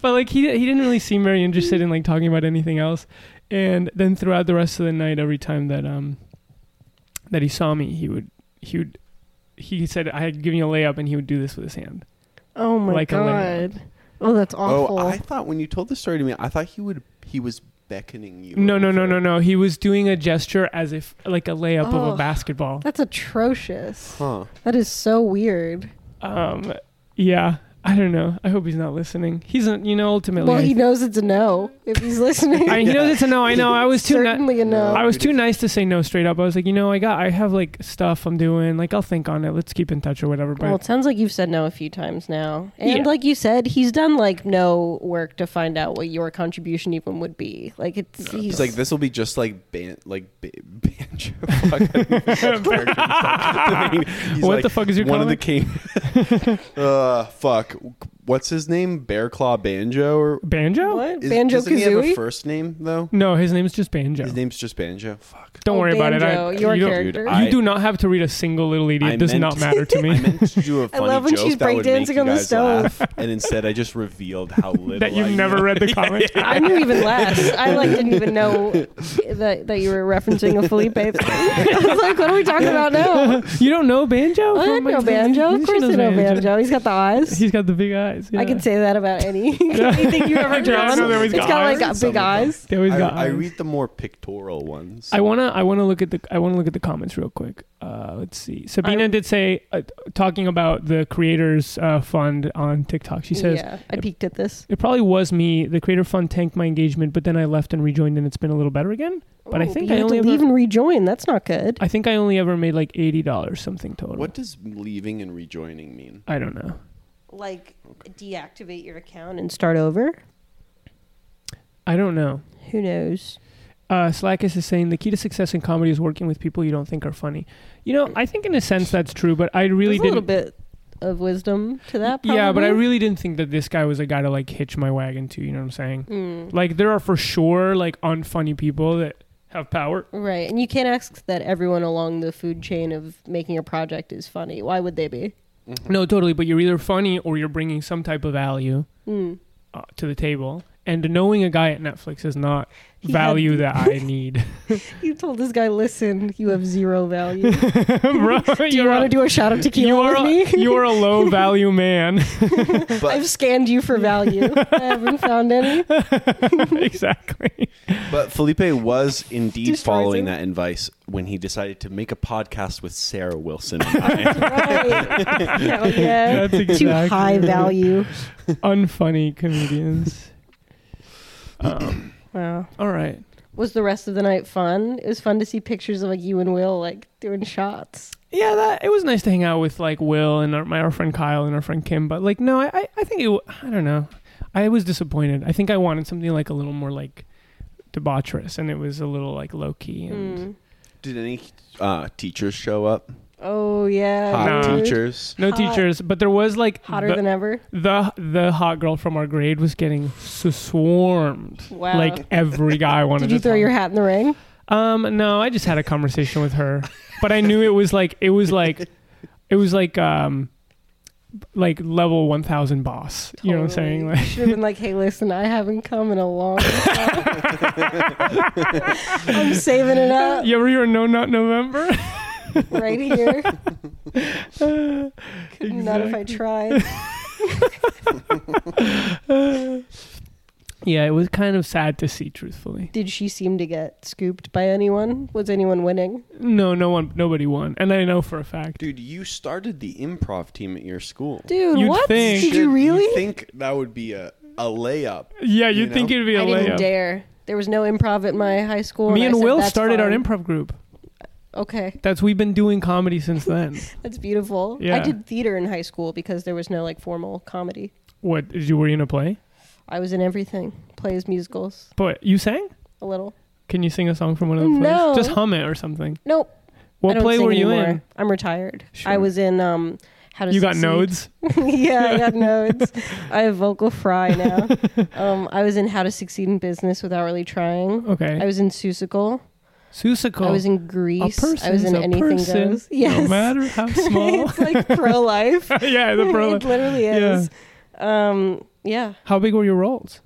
S2: but like he, he didn't really seem very interested in like talking about anything else and then throughout the rest of the night every time that um that he saw me he would he would he said i had given you a layup and he would do this with his hand
S4: Oh my
S2: like a lamb.
S4: god. Oh, that's awful.
S3: Oh, I thought when you told the story to me, I thought he would he was beckoning you.
S2: no no
S3: over.
S2: no no no he was doing a gesture as if like a layup of
S4: Oh.
S2: a basketball
S4: That's atrocious.
S3: Huh.
S4: That is so weird.
S2: Um, yeah, I don't know. I hope he's not listening. He's, a, you know, ultimately.
S4: Well, he knows it's a no if he's listening.
S2: I, he knows it's a no. I know. I was too. Ni-
S4: certainly a no.
S2: I was too nice to say no straight up. I was like, you know, I got, I have like stuff I'm doing. Like, I'll think on it. Let's keep in touch or whatever. But
S4: Well, it sounds like you've said no a few times now. And
S2: Yeah.
S4: like you said, he's done like no work to find out what your contribution even would be. Like it's he's,
S3: He's like, this will be just like ban like ba- banjo. Fucking- He's
S2: What
S3: like,
S2: the fuck is your
S3: one of the
S2: comic?
S3: king? uh, fuck. What's his name? Bear Claw Banjo or
S2: banjo?
S4: what?
S3: is-
S4: Banjo
S3: Doesn't he have a
S4: Kazooie?
S3: first name though?
S2: No, his name's just banjo.
S3: His name's just Banjo. Fuck.
S2: don't
S4: Oh,
S2: worry about it. I,
S4: Banjo, your
S2: you, don't-
S4: character.
S3: Dude,
S2: you
S3: I-
S2: do not have to read a single little idiot.
S3: I
S2: It does
S3: meant-
S2: not matter to
S3: I
S2: me.
S3: meant to do a funny
S4: love when
S3: joke
S4: she's
S3: that would make
S4: breakdancing
S3: you
S4: on the
S3: guys
S4: stove.
S3: laugh, and instead I just revealed how little
S2: that you've
S3: I
S2: never
S3: knew.
S2: read the comic.
S4: I knew even less. I like didn't even know that, that you were referencing a Felipe thing. I was like, what are we talking about now?
S2: you don't know banjo? Oh From
S4: I don't know
S2: Mike's-
S4: banjo. Of
S2: She
S4: course I
S2: knows
S4: know banjo. He's got the eyes.
S2: He's got the big eyes.
S4: I
S2: yeah.
S4: can say that about any anything you've
S2: Yeah, I
S4: ever drawn.
S2: know that he's
S4: it's
S2: got
S4: got,
S2: eyes.
S4: like
S3: Some of
S4: big
S3: them.
S4: eyes.
S2: There he's
S3: I,
S2: got
S3: I
S2: eyes.
S3: read the more pictorial ones.
S2: I wanna I wanna look at the I wanna look at the comments real quick. Uh, let's see. Sabina
S4: I-
S2: did say uh, talking about the creators uh, fund on TikTok. She says
S4: yeah, I peeked at this.
S2: it probably was me. The creator fund tanked my engagement, but then I left and rejoined, and it's been a little better again. But I
S4: Ooh,
S2: think
S4: you
S2: I
S4: have
S2: only
S4: to
S2: ever-
S4: leave and rejoin. That's not good.
S2: I think I only ever made like eighty dollars something total.
S3: what does leaving and rejoining mean?
S2: I don't know.
S4: like deactivate your account and start over.
S2: I don't know.
S4: Who knows?
S2: Uh, Slackus is saying the key to success in comedy is working with people you don't think are funny. You know, I think in a sense that's true, but I really
S4: There's a little
S2: didn't.
S4: bit of wisdom to that. Probably.
S2: Yeah, but I really didn't think that this guy was a guy to like hitch my wagon to. You know what I'm saying?
S4: Mm.
S2: Like there are for sure like unfunny people that have power.
S4: Right. And you can't ask that everyone along the food chain of making a project is funny. Why would they be?
S2: No, totally. But you're either funny or you're bringing some type of value
S4: Hmm.
S2: uh, to the table. And knowing a guy at Netflix is not
S4: had
S2: value
S4: the-
S2: that I need.
S4: You told this guy, listen, you have zero value. do
S2: Bro,
S4: you
S2: you're
S4: want
S2: a-
S4: to do a shot of tequila
S2: you are
S4: with
S2: a,
S4: me?
S2: you are a low value man.
S4: I've
S3: But
S4: scanned you for value. I haven't found any.
S2: exactly.
S3: but Felipe was indeed
S4: Destroys
S3: following
S4: him.
S3: that advice when he decided to make a podcast with Sarah Wilson. and I.
S4: Right. Hell yeah.
S2: That's exactly
S4: Too high value.
S2: Unfunny comedians. Um,
S4: Wow.
S2: all right.
S4: Was the rest of the night fun? It was fun to see pictures of like you and Will like doing shots.
S2: Yeah, that it was nice to hang out with like Will and our, my our friend Kyle and our friend Kim. But like, no, I I- I think it. w- I don't know. I was disappointed. I think I wanted something like a little more like debaucherous, and it was a little like low key. And
S4: Mm.
S3: Did any uh, teachers show up?
S4: Oh yeah.
S3: Hot
S2: No.
S4: dude.
S3: teachers.
S2: no
S4: Hot.
S2: teachers, but there was like
S4: Hotter
S2: the,
S4: than ever.
S2: the the hot girl from our grade was getting s- swarmed.
S4: Wow.
S2: Like every guy wanted.
S4: Did you
S2: to
S4: throw
S2: talk.
S4: your hat in the ring?
S2: Um, no, I just had a conversation with her, but I knew it was like it was like it was like um like level one thousand boss. You know what I'm saying? Like,
S4: should have been like, hey, listen, I haven't come in a long time. I'm saving it up
S2: you ever hear a no not November?
S4: right here.
S2: Couldn't
S4: Not if I tried.
S2: Yeah, it was kind of sad to see, truthfully.
S4: Did she seem to get scooped by anyone? Was anyone winning?
S2: No, no one, nobody won, and I know for a fact.
S3: Dude, you started the improv team at your school.
S4: Dude,
S2: You'd
S4: what?
S2: think-
S4: Did you really?
S3: think that would be a, a layup?
S2: Yeah, you'd
S3: You
S2: think
S3: know?
S2: it'd be a
S4: I didn't
S2: layup.
S4: dare. There was no improv at my high school.
S2: Me
S4: I
S2: and
S4: said,
S2: Will
S4: "That's
S2: started our
S4: fine."
S2: improv group.
S4: Okay,
S2: That's we've been doing comedy since then.
S4: that's beautiful. I
S2: Yeah.
S4: did theater in high school because there was no like formal comedy.
S2: what did you were you in a play?
S4: I was in everything: plays, musicals,
S2: But you sang?
S4: a little.
S2: Can you sing a song from one of the plays?
S4: No.
S2: Just hum it or something.
S4: Nope. I
S2: What
S4: don't
S2: play
S4: sing
S2: were you
S4: anymore.
S2: in?
S4: I'm retired. I
S2: Sure.
S4: was in um how to
S2: You got
S4: Succeed.
S2: nodes.
S4: yeah, I got nodes. I have vocal fry now. um I was in How to Succeed in Business Without Really Trying.
S2: Okay.
S4: I was in Susical.
S2: Susical.
S4: I was in
S2: a
S4: Greece.
S2: person.
S4: I was in
S2: a
S4: Anything
S2: person,
S4: Goes. Yes.
S2: No matter how small.
S4: it's like pro life.
S2: yeah, the pro.
S4: it literally is. Um yeah.
S2: How big were your roles?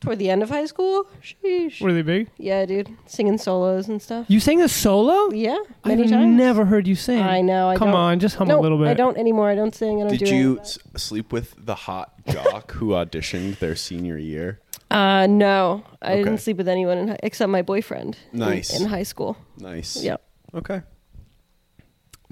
S4: Toward the end of high school. Sheesh.
S2: Were they big?
S4: Yeah, dude. Singing solos and stuff.
S2: You sang a solo?
S4: Yeah. Many
S2: I've
S4: times.
S2: never heard you sing.
S4: I know. I
S2: Come
S4: don't-
S2: on, just hum
S4: no,
S2: a little bit.
S4: I don't anymore. I don't sing. I don't
S3: Did
S4: do any of
S3: you
S4: that.
S3: s- sleep with the hot jock who auditioned their senior year?
S4: Uh, no, I
S3: Okay.
S4: didn't sleep with anyone in, hi- except my boyfriend. in-
S3: Nice.
S4: In, high school.
S3: Nice.
S4: Yep.
S3: Okay.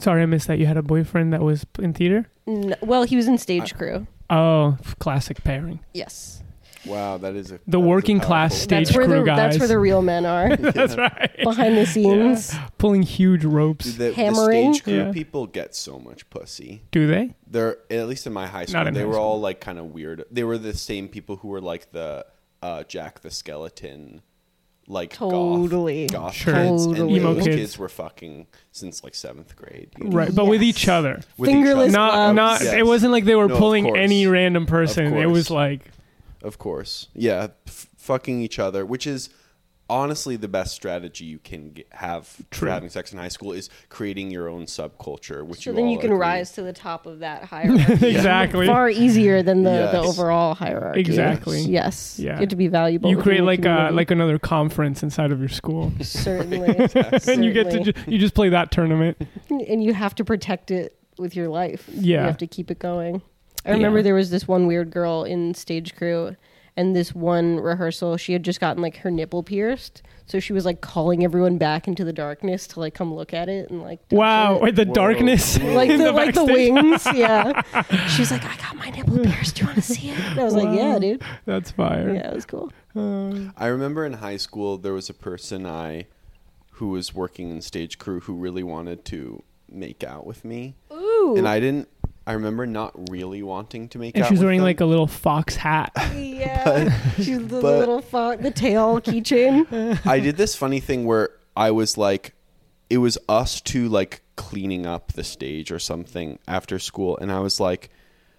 S2: Sorry, I missed that. You had a boyfriend that was in theater.
S4: No, well, he was in stage
S3: Uh,
S4: crew.
S2: Oh, f- classic pairing.
S4: Yes.
S3: Wow, that is a that
S2: The
S3: is a
S2: working class
S3: powerful-
S2: stage
S4: that's where
S2: crew
S4: the
S2: guys.
S4: that's where the real men are
S2: That's right.
S4: behind the scenes.
S2: Pulling huge
S3: Dude,
S2: ropes.
S3: The, the
S4: Hammering.
S3: stage crew
S2: Yeah.
S3: people get so much pussy.
S2: Do they?
S3: They're at least in my high school.
S2: in
S3: they
S2: high
S3: were
S2: school.
S3: all like kind of weird. They were the same people who were like the uh, Jack the Skeleton, like goth-
S4: Totally.
S3: goth,
S2: Sure.
S3: kids, and
S4: Totally.
S2: Emo
S3: those
S2: kids.
S3: kids. were fucking since like seventh grade. you know?
S2: Right, but with
S4: Yes.
S2: each other.
S3: With each
S4: Fingerless
S3: other.
S2: not
S4: gloves.
S2: not
S3: Yes.
S2: it wasn't like they were
S3: No, of
S2: pulling
S3: course.
S2: any random person it
S3: course.
S2: was like
S3: Of course. Yeah, f- fucking each other, which is honestly the best strategy you can get, have
S2: True.
S3: for having sex in high school is creating your own subculture, which
S4: So
S3: you
S4: then
S3: all
S4: you can
S3: agree-
S4: rise to the top of that hierarchy.
S2: exactly
S4: Far easier than the, the
S3: Yes.
S4: overall hierarchy.
S2: Exactly.
S4: Yes.
S2: Yeah.
S4: You have to be valuable.
S2: you
S4: within
S2: create
S4: your
S2: like a
S4: community.
S2: like another conference inside of your school
S4: certainly,
S2: and you get to
S4: Certainly.
S2: ju- you just play that tournament
S4: and you have to protect it with your life.
S2: Yeah.
S4: You have to keep it going. I remember
S2: Yeah.
S4: there was this one weird girl in stage crew and this one rehearsal she had just gotten like her nipple pierced. So she was like calling everyone back into the darkness to like come look at it and like touch
S2: wow
S4: it.
S2: wait, the
S3: Whoa.
S2: darkness
S4: Like
S2: in
S4: the, like the
S2: backstage.
S4: wings, yeah. She was like, "I got my nipple pierced. Do you want to see it?" And I was
S2: Wow.
S4: like, "Yeah, dude.
S2: that's fire
S4: Yeah, it was cool."
S2: Uh,
S3: I remember in high school there was a person I who was working in stage crew who really wanted to make out with me.
S4: Ooh,
S3: And I didn't I remember not really wanting to make
S2: and
S3: out
S2: she's
S3: with
S2: wearing
S3: them.
S2: like a little fox hat
S4: yeah. She's the
S3: but-
S4: little fo- the tail keychain.
S3: I did this funny thing where I was like, it was us two like cleaning up the stage or something after school, and I was like,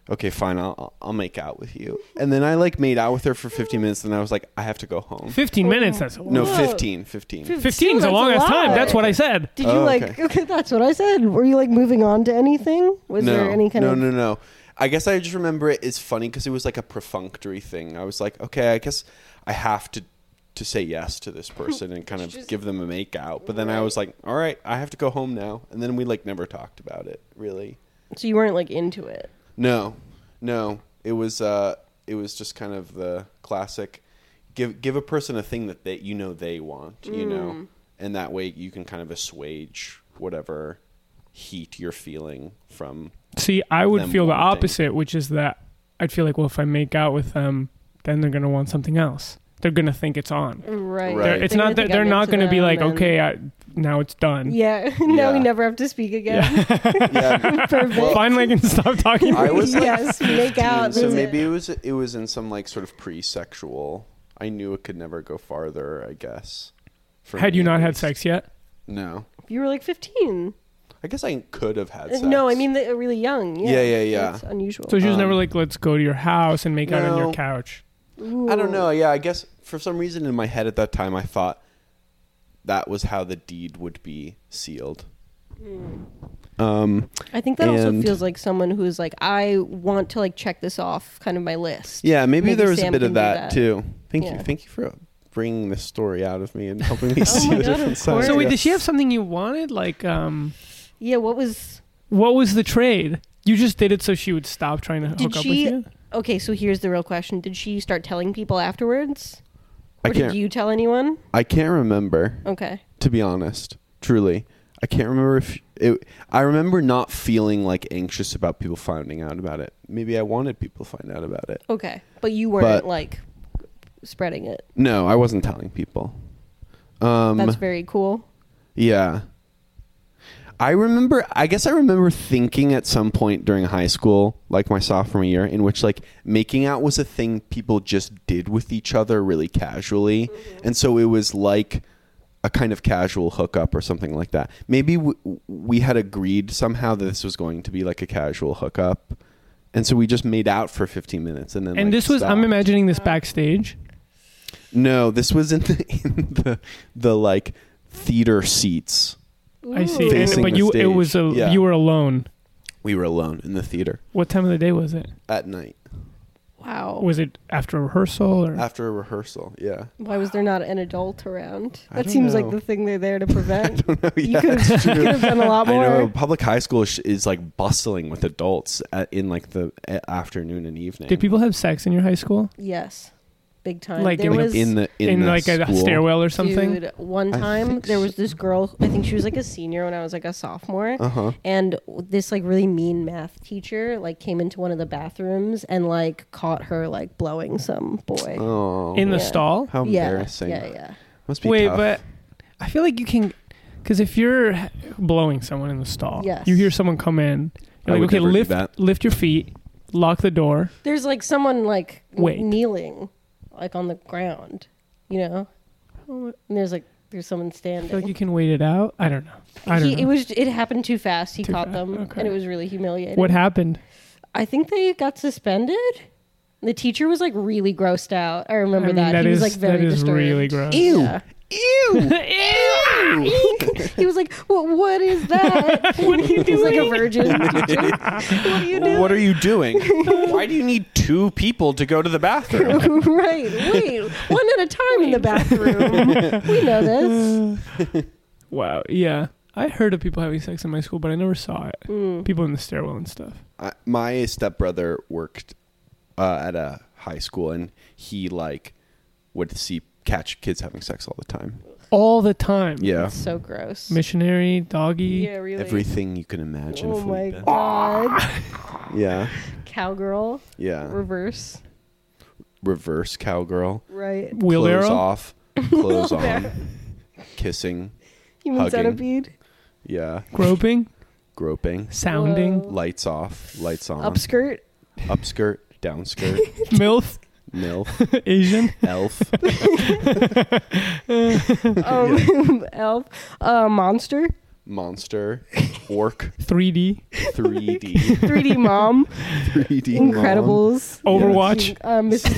S3: okay, fine, I'll I'll make out with you. And then I like made out with her for 15 minutes, and I was like, I have to go home.
S2: 15 minutes. That's a
S3: No,
S4: Whoa.
S3: 15, 15.
S2: 15 is a
S4: That's
S2: long
S4: a
S2: ass time.
S4: lot.
S2: That's what I said.
S4: Did you
S3: Oh,
S4: like? that's what I said. Were you like moving on to anything? Was
S3: no,
S4: there any kind
S3: no,
S4: of?
S3: no, no. I guess I just remember it as funny because it was like a perfunctory thing. I was like, okay, I guess I have to to say yes to this person and kind of give them a make out. But then I was like, all right, I have to go home now. And then we like never talked about it really.
S4: So you weren't like into it.
S3: No, no. It was uh, it was just kind of the classic. Give give a person a thing that they you know they want, you
S4: Mm.
S3: know, and that way you can kind of assuage whatever heat you're feeling from.
S2: See, I would
S3: Them
S2: feel the
S3: wanting.
S2: opposite, which is that I'd feel like, well, if I make out with them, then they're going to want something else. They're going to think it's on.
S4: Right.
S3: Right.
S2: They're- It's not that they're not going to be like, okay, I, now it's done.
S4: Yeah. now
S3: Yeah.
S4: we never have to speak again.
S3: Yeah,
S4: Perfect.
S3: Well,
S2: Finally, I can stop talking.
S3: I was like
S4: yes. Make out.
S3: so
S4: that's it.
S3: maybe it was it was in some like sort of pre-sexual. I knew it could never go farther. I guess. for
S2: Had
S3: me
S2: you
S3: at
S2: not had
S3: least.
S2: sex yet?
S3: No,
S4: you were like 15.
S3: I guess I could have had sex.
S4: Uh, No, I mean they're really young. Yeah,
S3: Yeah, yeah, yeah.
S4: That's unusual.
S2: So she was never
S3: Um,
S2: like, let's go to your house and make out on your
S3: no.
S2: couch.
S3: I don't know. Yeah, I guess for some reason in my head at that time, I thought that was how the deed would be sealed.
S4: Hmm.
S3: Um,
S4: I think that also
S3: And-
S4: feels like someone who's like, I want to like check this off, kind of my list.
S3: yeah, maybe,
S4: Maybe
S3: there was
S4: Sam
S3: a bit
S4: can
S3: of
S4: do
S3: that,
S4: that.
S3: too. Thank
S4: Yeah. Oh
S3: you. Thank you for bringing this story out of me and helping me see
S4: my
S3: the
S4: God, of
S3: different sides.
S4: course.
S2: So
S3: of
S2: wait,
S3: it.
S2: did she have something you wanted? Like, um,
S4: Yeah. What was?
S2: what was the trade? You just did it so she would stop trying to
S4: Did
S2: hook
S4: she-
S2: up with you.
S4: Okay, so here's the real question: Did she start telling people afterwards,
S3: I
S4: or did
S3: can't.
S4: you tell anyone?
S3: I can't remember.
S4: Okay.
S3: to be honest truly i can't remember if it i remember not feeling like anxious about people finding out about it maybe i wanted people to find out about it
S4: Okay. But you weren't
S3: But-
S4: like spreading it.
S3: no i wasn't telling people um
S4: That's very cool.
S3: yeah i remember i guess i remember thinking at some point during high school like my sophomore year in which like making out was a thing people just did with each other really casually
S2: Mm-hmm.
S3: and so it was like a kind of casual hookup or something like that. Maybe w- we had agreed somehow that this was going to be like a casual hookup, and so we just made out for 15 minutes, and then
S2: And
S3: like,
S2: this was, I'm
S3: stopped.
S2: imagining this backstage.
S3: no, this was in the in the, the like theater seats.
S2: I see. And,
S3: Facing
S2: but
S3: the
S2: you, it
S3: stage.
S2: was a,
S3: Yeah.
S2: you were alone.
S3: We were alone in the theater
S2: What time of the day was it?
S3: at night
S4: Wow.
S2: Was it after a rehearsal or?
S3: after a rehearsal. Yeah,
S4: Why was there not an adult around?
S3: I
S4: That
S3: don't
S4: seems like
S3: know.
S4: the thing they're there to prevent.
S3: Yeah,
S4: you could
S3: it's
S4: have
S3: true.
S4: done a lot
S3: I
S4: more.
S3: know public high school is, is like bustling with adults at, in like the uh, afternoon and evening.
S2: Did people have sex in your high school?
S4: Yes. Big time.
S2: Like,
S4: there
S3: like
S4: was
S3: in the in, the
S2: like a
S3: school?
S2: stairwell or something?
S4: Dude, one
S3: I
S4: time
S3: think
S4: there
S3: so.
S4: was this girl. I think she was like a senior when I was like a sophomore,
S3: Uh huh.
S4: and this like really mean math teacher like came into one of the bathrooms and like caught her like blowing some boy.
S3: Oh,
S2: in the
S4: Yeah.
S2: stall?
S3: how
S4: yeah,
S3: embarrassing!
S4: Yeah, yeah.
S3: Must be
S2: Wait,
S3: tough.
S2: but I feel like you can, because if you're h- blowing someone in the stall,
S4: Yes.
S2: you hear someone come in,
S3: I
S2: you're like,
S3: would
S2: okay,
S3: never do
S2: lift
S3: that."
S2: lift your feet, lock the door.
S4: There's like someone like
S2: Wait.
S4: kneeling, like on the ground, you know. And there's like there's someone
S2: I feel
S4: standing.
S2: like you can wait it out. I don't know. I don't
S4: he,
S2: know.
S4: it was it happened too fast. He
S2: Too
S4: caught
S2: fa-
S4: them,
S2: okay.
S4: and it was really humiliating.
S2: what happened?
S4: I think they got suspended. The teacher was like really grossed out. I remember
S2: I mean,
S4: that.
S2: that
S4: he
S2: is-
S4: was like very
S2: that is
S4: disturbed.
S2: really gross.
S3: Ew.
S4: Yeah.
S3: Ew! Ew!
S4: He was like, well, "What is that? what are you doing?" He's like a virgin. teacher. what are you doing?
S3: what are you doing? Why do you need two people to go to the bathroom?
S4: right. Wait. One at a time in the bathroom. we know this.
S2: Wow. Yeah. I heard of people having sex in my school, but I never saw it.
S4: Mm.
S2: People in the stairwell and stuff.
S3: I, my stepbrother worked uh, at a high school, and he like would see catch kids having sex all the time.
S2: All the time.
S3: Yeah,
S4: It's so gross.
S2: Missionary, doggy.
S4: Yeah, really.
S3: everything you can imagine.
S4: Oh my
S3: Felipe.
S4: god.
S3: Yeah,
S4: Cowgirl.
S3: yeah.
S4: Reverse.
S3: Reverse cowgirl.
S4: Right.
S2: Wheelbarrow.
S3: Clothes off, clothes on, kissing.
S4: Human
S3: Hugging.
S4: centipede.
S3: Yeah,
S2: Groping.
S3: groping.
S2: Sounding.
S4: Whoa.
S3: Lights off, lights on.
S4: Upskirt.
S3: upskirt, downskirt,
S2: MILF.
S3: milf,
S2: Asian.
S3: elf,
S4: Um, elf. Uh, monster.
S3: monster, orc,
S2: 3D,
S3: 3D,
S4: 3D mom,
S3: 3D, mom,
S4: Incredibles,
S2: Overwatch.
S4: uh, Mrs.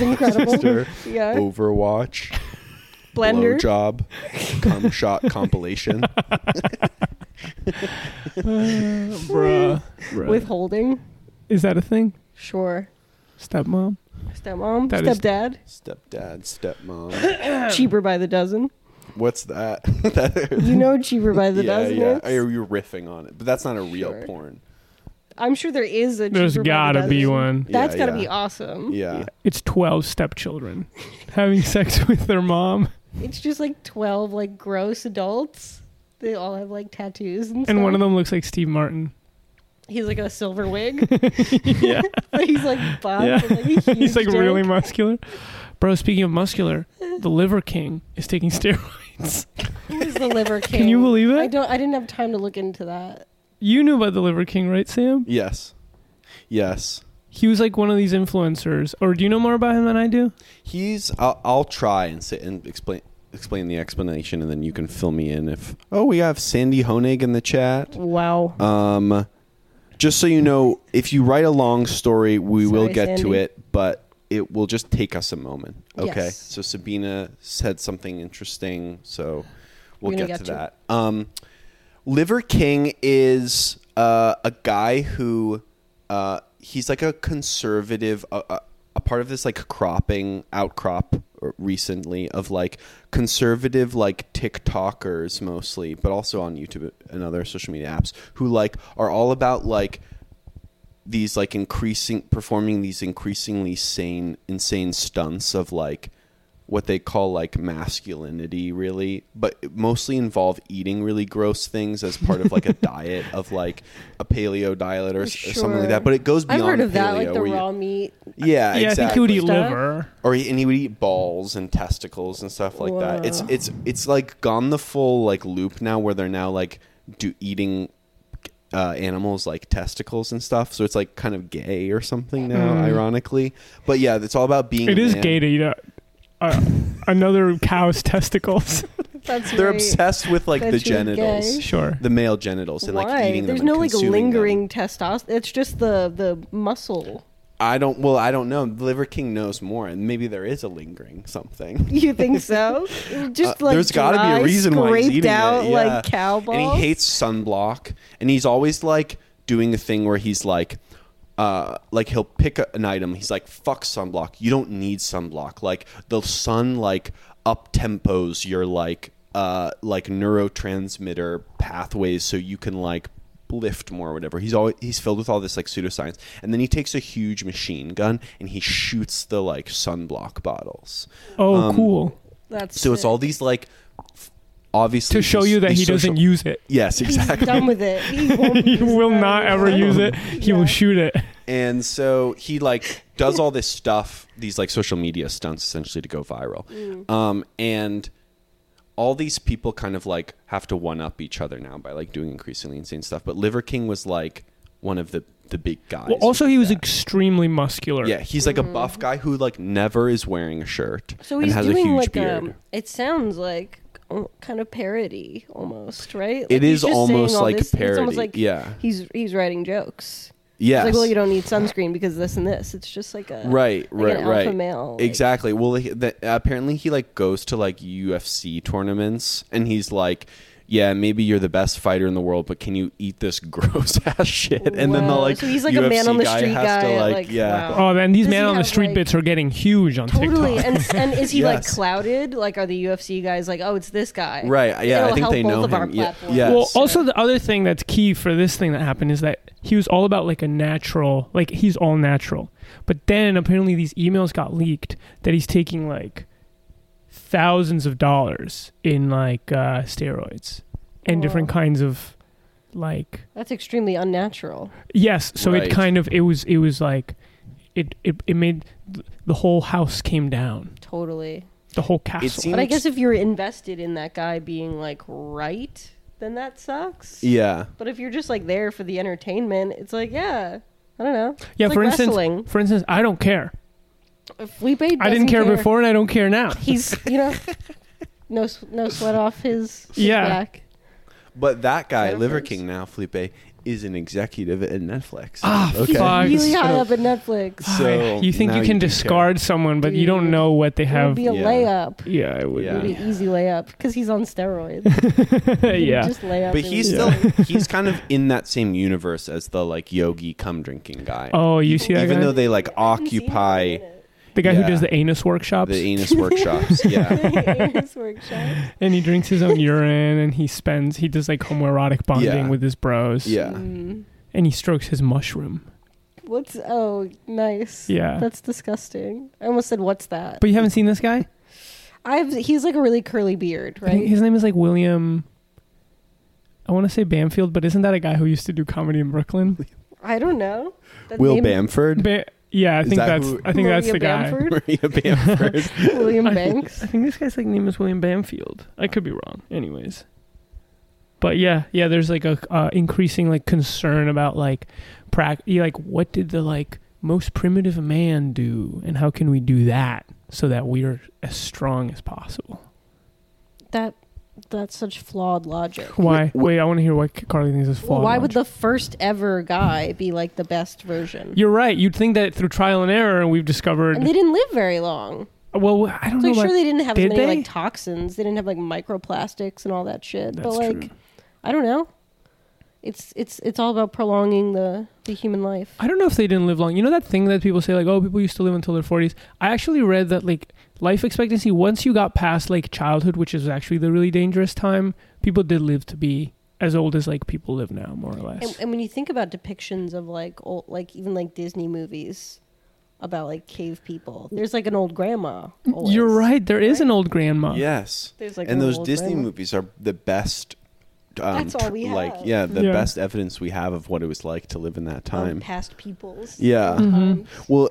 S4: Incredible,
S3: Sister,
S4: yeah,
S3: Overwatch,
S4: Blender.
S3: blowjob, cum shot compilation.
S2: Bruh.
S4: Withholding,
S2: Is that a thing?
S4: sure.
S2: Stepmom?
S4: Stepmom,
S2: That is-
S4: stepdad,
S3: Stepdad, stepmom.
S4: cheaper by the dozen.
S3: What's that? that
S4: You know, cheaper by the
S3: yeah,
S4: dozen.
S3: yeah.
S4: is?
S3: Are you riffing on it? But that's not a real
S4: Sure.
S3: porn.
S4: I'm sure there is a.
S2: There's
S4: cheaper by the
S2: gotta be
S4: dozen.
S2: one.
S4: That's
S3: Yeah,
S4: gotta
S3: yeah.
S4: be awesome.
S3: Yeah.
S2: It's 12 stepchildren having sex with their mom.
S4: It's just like twelve like gross adults. They all have like tattoos and, stuff.
S2: And one of them looks like Steve Martin.
S4: he's like a silver wig. But he's like buff.
S2: Yeah.
S4: and, like, a
S2: He's like
S4: huge
S2: really
S4: dick.
S2: muscular. Bro, speaking of muscular, the Liver King is taking steroids.
S4: Who is the liver king?
S2: Can you believe
S4: I
S2: it?
S4: don't. I didn't have time to look into that.
S2: You knew about the Liver King, right, Sam?
S3: Yes. Yes.
S2: He was like one of these influencers. Or do you know more about him than I do?
S3: He's. I'll, I'll try and sit and explain explain the explanation, and then you can fill me in if. Oh, we have Sandy Honig in the chat.
S4: Wow.
S3: Um, just so you know, if you write a long story, we will
S4: Sorry,
S3: get to
S4: Sandy.
S3: it, but it will just take us a moment. Okay.
S4: Yes.
S3: So Sabina said something interesting, so we'll
S4: We're
S3: get,
S4: gonna
S3: to
S4: get you.
S3: that. Um, Liver King is uh, a guy who uh, he's like a conservative, a, a, a part of this like cropping outcrop recently of like conservative like TikTokers mostly, but also on YouTube and other social media apps who like are all about like these like increasing performing these increasingly sane insane stunts of like what they call like masculinity really but mostly involve eating really gross things as part of like a diet of like a paleo diet or, s- or something like
S4: Sure.
S3: that but it goes
S4: I've
S3: beyond
S4: heard of
S3: paleo
S4: that, like the
S3: where you-
S4: raw meat.
S3: yeah,
S2: Yeah, I
S3: exactly
S2: think he would eat
S4: Stuff.
S2: liver.
S3: or he, and he would eat balls and testicles and stuff like that. It's
S4: Wow.
S3: it's it's like gone the full like loop now where they're now like do eating uh, animals like testicles and stuff. So it's like kind of gay or something now,
S4: Mm.
S3: ironically. But yeah, it's all about being.
S2: It is
S3: man.
S2: gay to eat a, a, another cow's testicles.
S4: That's
S3: They're
S4: right.
S3: obsessed with like
S4: That
S3: the
S4: you're
S3: genitals,
S4: gay.
S2: Sure.
S3: the male genitals, and
S4: Why?
S3: like eating
S4: There's
S3: them.
S4: no
S3: and
S4: like
S3: consuming them.
S4: lingering testosterone. It's just the the muscle.
S3: I don't. Well, I don't know. Liver King knows more, and maybe there is a lingering something.
S4: You think so? Just
S3: Uh,
S4: like
S3: there's got to be
S4: dry,
S3: a reason why he's
S4: scraped
S3: eating
S4: out
S3: it. yeah.
S4: like cow balls.
S3: And he hates sunblock, and he's always like doing a thing where he's like, uh, like he'll pick a- an item. He's like, "Fuck sunblock. You don't need sunblock. Like the sun, like up tempos your like, uh, like neurotransmitter pathways, so you can like." lift more or whatever he's always he's filled with all this like pseudoscience and then he takes a huge machine gun and he shoots the like sunblock bottles
S2: Oh,
S3: Um,
S2: cool.
S4: That's
S3: so it's
S4: sick.
S3: all these like f- obviously
S2: To show
S3: these-
S2: you that
S3: these
S2: he doesn't
S3: social-
S2: use it.
S3: Yes,
S4: He's
S3: exactly.
S4: done with it. He won't
S2: He
S4: use
S2: will
S4: that
S2: not ever
S4: anymore.
S2: use it. He
S4: Yeah.
S2: will shoot it.
S3: and so he like does all this stuff, these like social media stunts essentially to go viral.
S4: Mm.
S3: Um, and all these people kind of like have to one up each other now by like doing increasingly insane stuff. But Liver King was like one of the the big guys.
S2: Well, also,
S3: who
S2: he
S3: did
S2: was
S3: that.
S2: extremely muscular.
S3: yeah, he's like a buff guy who like never is wearing a shirt
S4: Mm-hmm. So
S3: and
S4: he's
S3: has
S4: doing
S3: a huge
S4: like
S3: beard.
S4: um it sounds like uh, kind of parody almost, right? Like
S3: It
S4: he's
S3: is
S4: just saying
S3: almost
S4: all
S3: like
S4: this- It's
S3: parody,
S4: almost like
S3: yeah.
S4: he's he's writing jokes.
S3: yes.
S4: It's like, well, you don't need sunscreen because this and this. It's just like a
S3: right
S4: like
S3: right
S4: an
S3: right
S4: alpha male. like-
S3: exactly well he, the, apparently he like goes to like ufc tournaments and he's like yeah maybe you're the best fighter in the world but can you eat this gross ass shit and then the
S4: Wow.
S3: like
S4: So he's like a man
S3: UFC
S4: on the street
S3: has to
S4: guy,
S3: like,
S4: like,
S3: yeah
S4: wow.
S2: Oh, man, these
S4: Does
S2: man
S4: he
S2: on the
S4: have,
S2: street
S4: like-
S2: bits are getting huge on
S4: Totally,
S2: TikTok.
S4: and and is he like
S3: Yes.
S4: clouded? Like, are the UFC guys like, oh, it's this guy?
S3: right yeah
S4: It'll
S3: i think
S4: help
S3: they
S4: both
S3: know
S4: of our
S3: him yeah
S4: platforms.
S3: yes.
S2: Well, also the other thing that's key for this thing that happened is that he was all about like a natural, like he's all natural. But then apparently these emails got leaked that he's taking like thousands of dollars in like uh, steroids and
S4: Wow.
S2: different kinds of like
S4: That's extremely unnatural.
S2: Yes, so
S3: Right.
S2: it kind of it was it was like it it, it made th- the whole house came down,
S4: Totally.
S2: the whole castle.
S3: seemed-
S4: But I guess if you're invested in that guy being like right, then that sucks.
S3: yeah
S4: But if you're just like there for the entertainment, it's like, yeah, I don't know.
S2: yeah,
S4: It's
S2: for
S4: like
S2: instance,
S4: wrestling.
S2: for instance, I don't care.
S4: Felipe,
S2: I didn't
S4: doesn't
S2: care, before, and I don't care now.
S4: He's you know, no s- no sweat off his, his
S2: Yeah.
S4: back.
S3: But that guy,
S4: Netflix.
S3: Liver King now, Felipe, is an executive at Netflix.
S2: Ah, fuck.
S4: really high
S2: So-
S4: up at Netflix.
S3: So
S2: you think
S3: now
S2: you can
S3: care.
S2: discard someone, but you don't
S4: Dude.
S2: know what they
S4: It would
S2: have.
S4: be a
S3: Yeah.
S4: layup.
S2: yeah, I would.
S3: Yeah.
S4: It would be an easy layup because he's on steroids.
S2: Yeah,
S4: He'd
S2: yeah.
S4: just lay up.
S3: But
S4: and
S3: he's
S4: eat.
S3: still he's kind of in that same universe as the like yogi cum drinking guy.
S2: Oh, you see that
S3: even
S2: guy?
S3: though they like
S4: I haven't seen him
S3: occupy
S4: in it.
S2: the guy
S3: yeah.
S2: who does the anus workshops
S3: the anus workshops. Yeah.
S4: Anus workshop.
S2: and he drinks his own urine and he spends he does like homoerotic bonding
S3: Yeah.
S2: with his bros.
S3: Yeah.
S4: Mm.
S2: and he strokes his mushroom.
S4: What's oh nice?
S2: Yeah.
S4: that's disgusting. I almost said what's that?
S2: But you haven't seen this guy?
S4: I've he's like a really curly beard,
S2: I think
S4: right?
S2: his name is like William. I want to say Bamfield, but isn't that a guy who used to do comedy in Brooklyn?
S4: I don't know. That
S3: Will
S4: name-
S3: Bamford.
S2: Ba- yeah, I
S3: Is
S2: think
S3: that
S2: that's
S3: who-
S2: I think that's
S4: Maria
S2: the guy.
S4: Bamford?
S3: Maria Bamford.
S4: William
S2: I-
S4: Banks.
S2: I think this guy's like name is William Bamfield. I could be wrong. Anyways. But yeah, yeah, there's like a uh, increasing like concern about like prac yeah, like what did the like most primitive man do and how can we do that so that we are as strong as possible?
S4: That that's such flawed logic.
S2: Why?
S3: Wh- wh-
S2: Wait, I want to hear what Carly thinks is flawed.
S4: Why would
S2: logic.
S4: the first ever guy be like the best version?
S2: You're right. You'd think that through trial and error we've discovered
S4: and they didn't live very long.
S2: well, I don't
S4: So
S2: know
S4: like,
S2: about-
S4: sure they didn't have
S2: did
S4: as many
S2: they?
S4: like toxins. They didn't have like microplastics and all that shit. but
S2: That's
S4: like,
S2: true.
S4: I don't know. It's it's it's all about prolonging the the human life.
S2: I don't know if they didn't live long. You know that thing that people say like, oh, people used to live until their forties. I actually read that like life expectancy once you got past like childhood, which is actually the really dangerous time, people did live to be as old as like people live now, more or less.
S4: And, and when you think about depictions of like old, like even like Disney movies about like cave people, there's like an old grandma. always.
S2: You're right. There is an old grandma.
S3: Yes.
S4: There's like
S3: and
S4: an
S3: those
S4: old
S3: Disney
S4: grandma.
S3: movies are the best. Um,
S4: That's all we
S3: Like,
S4: have.
S3: yeah, the
S2: Yeah.
S3: best evidence we have of what it was like to live in that
S4: of
S3: time.
S4: past peoples.
S3: Yeah.
S2: Mm-hmm.
S4: Times.
S3: Well,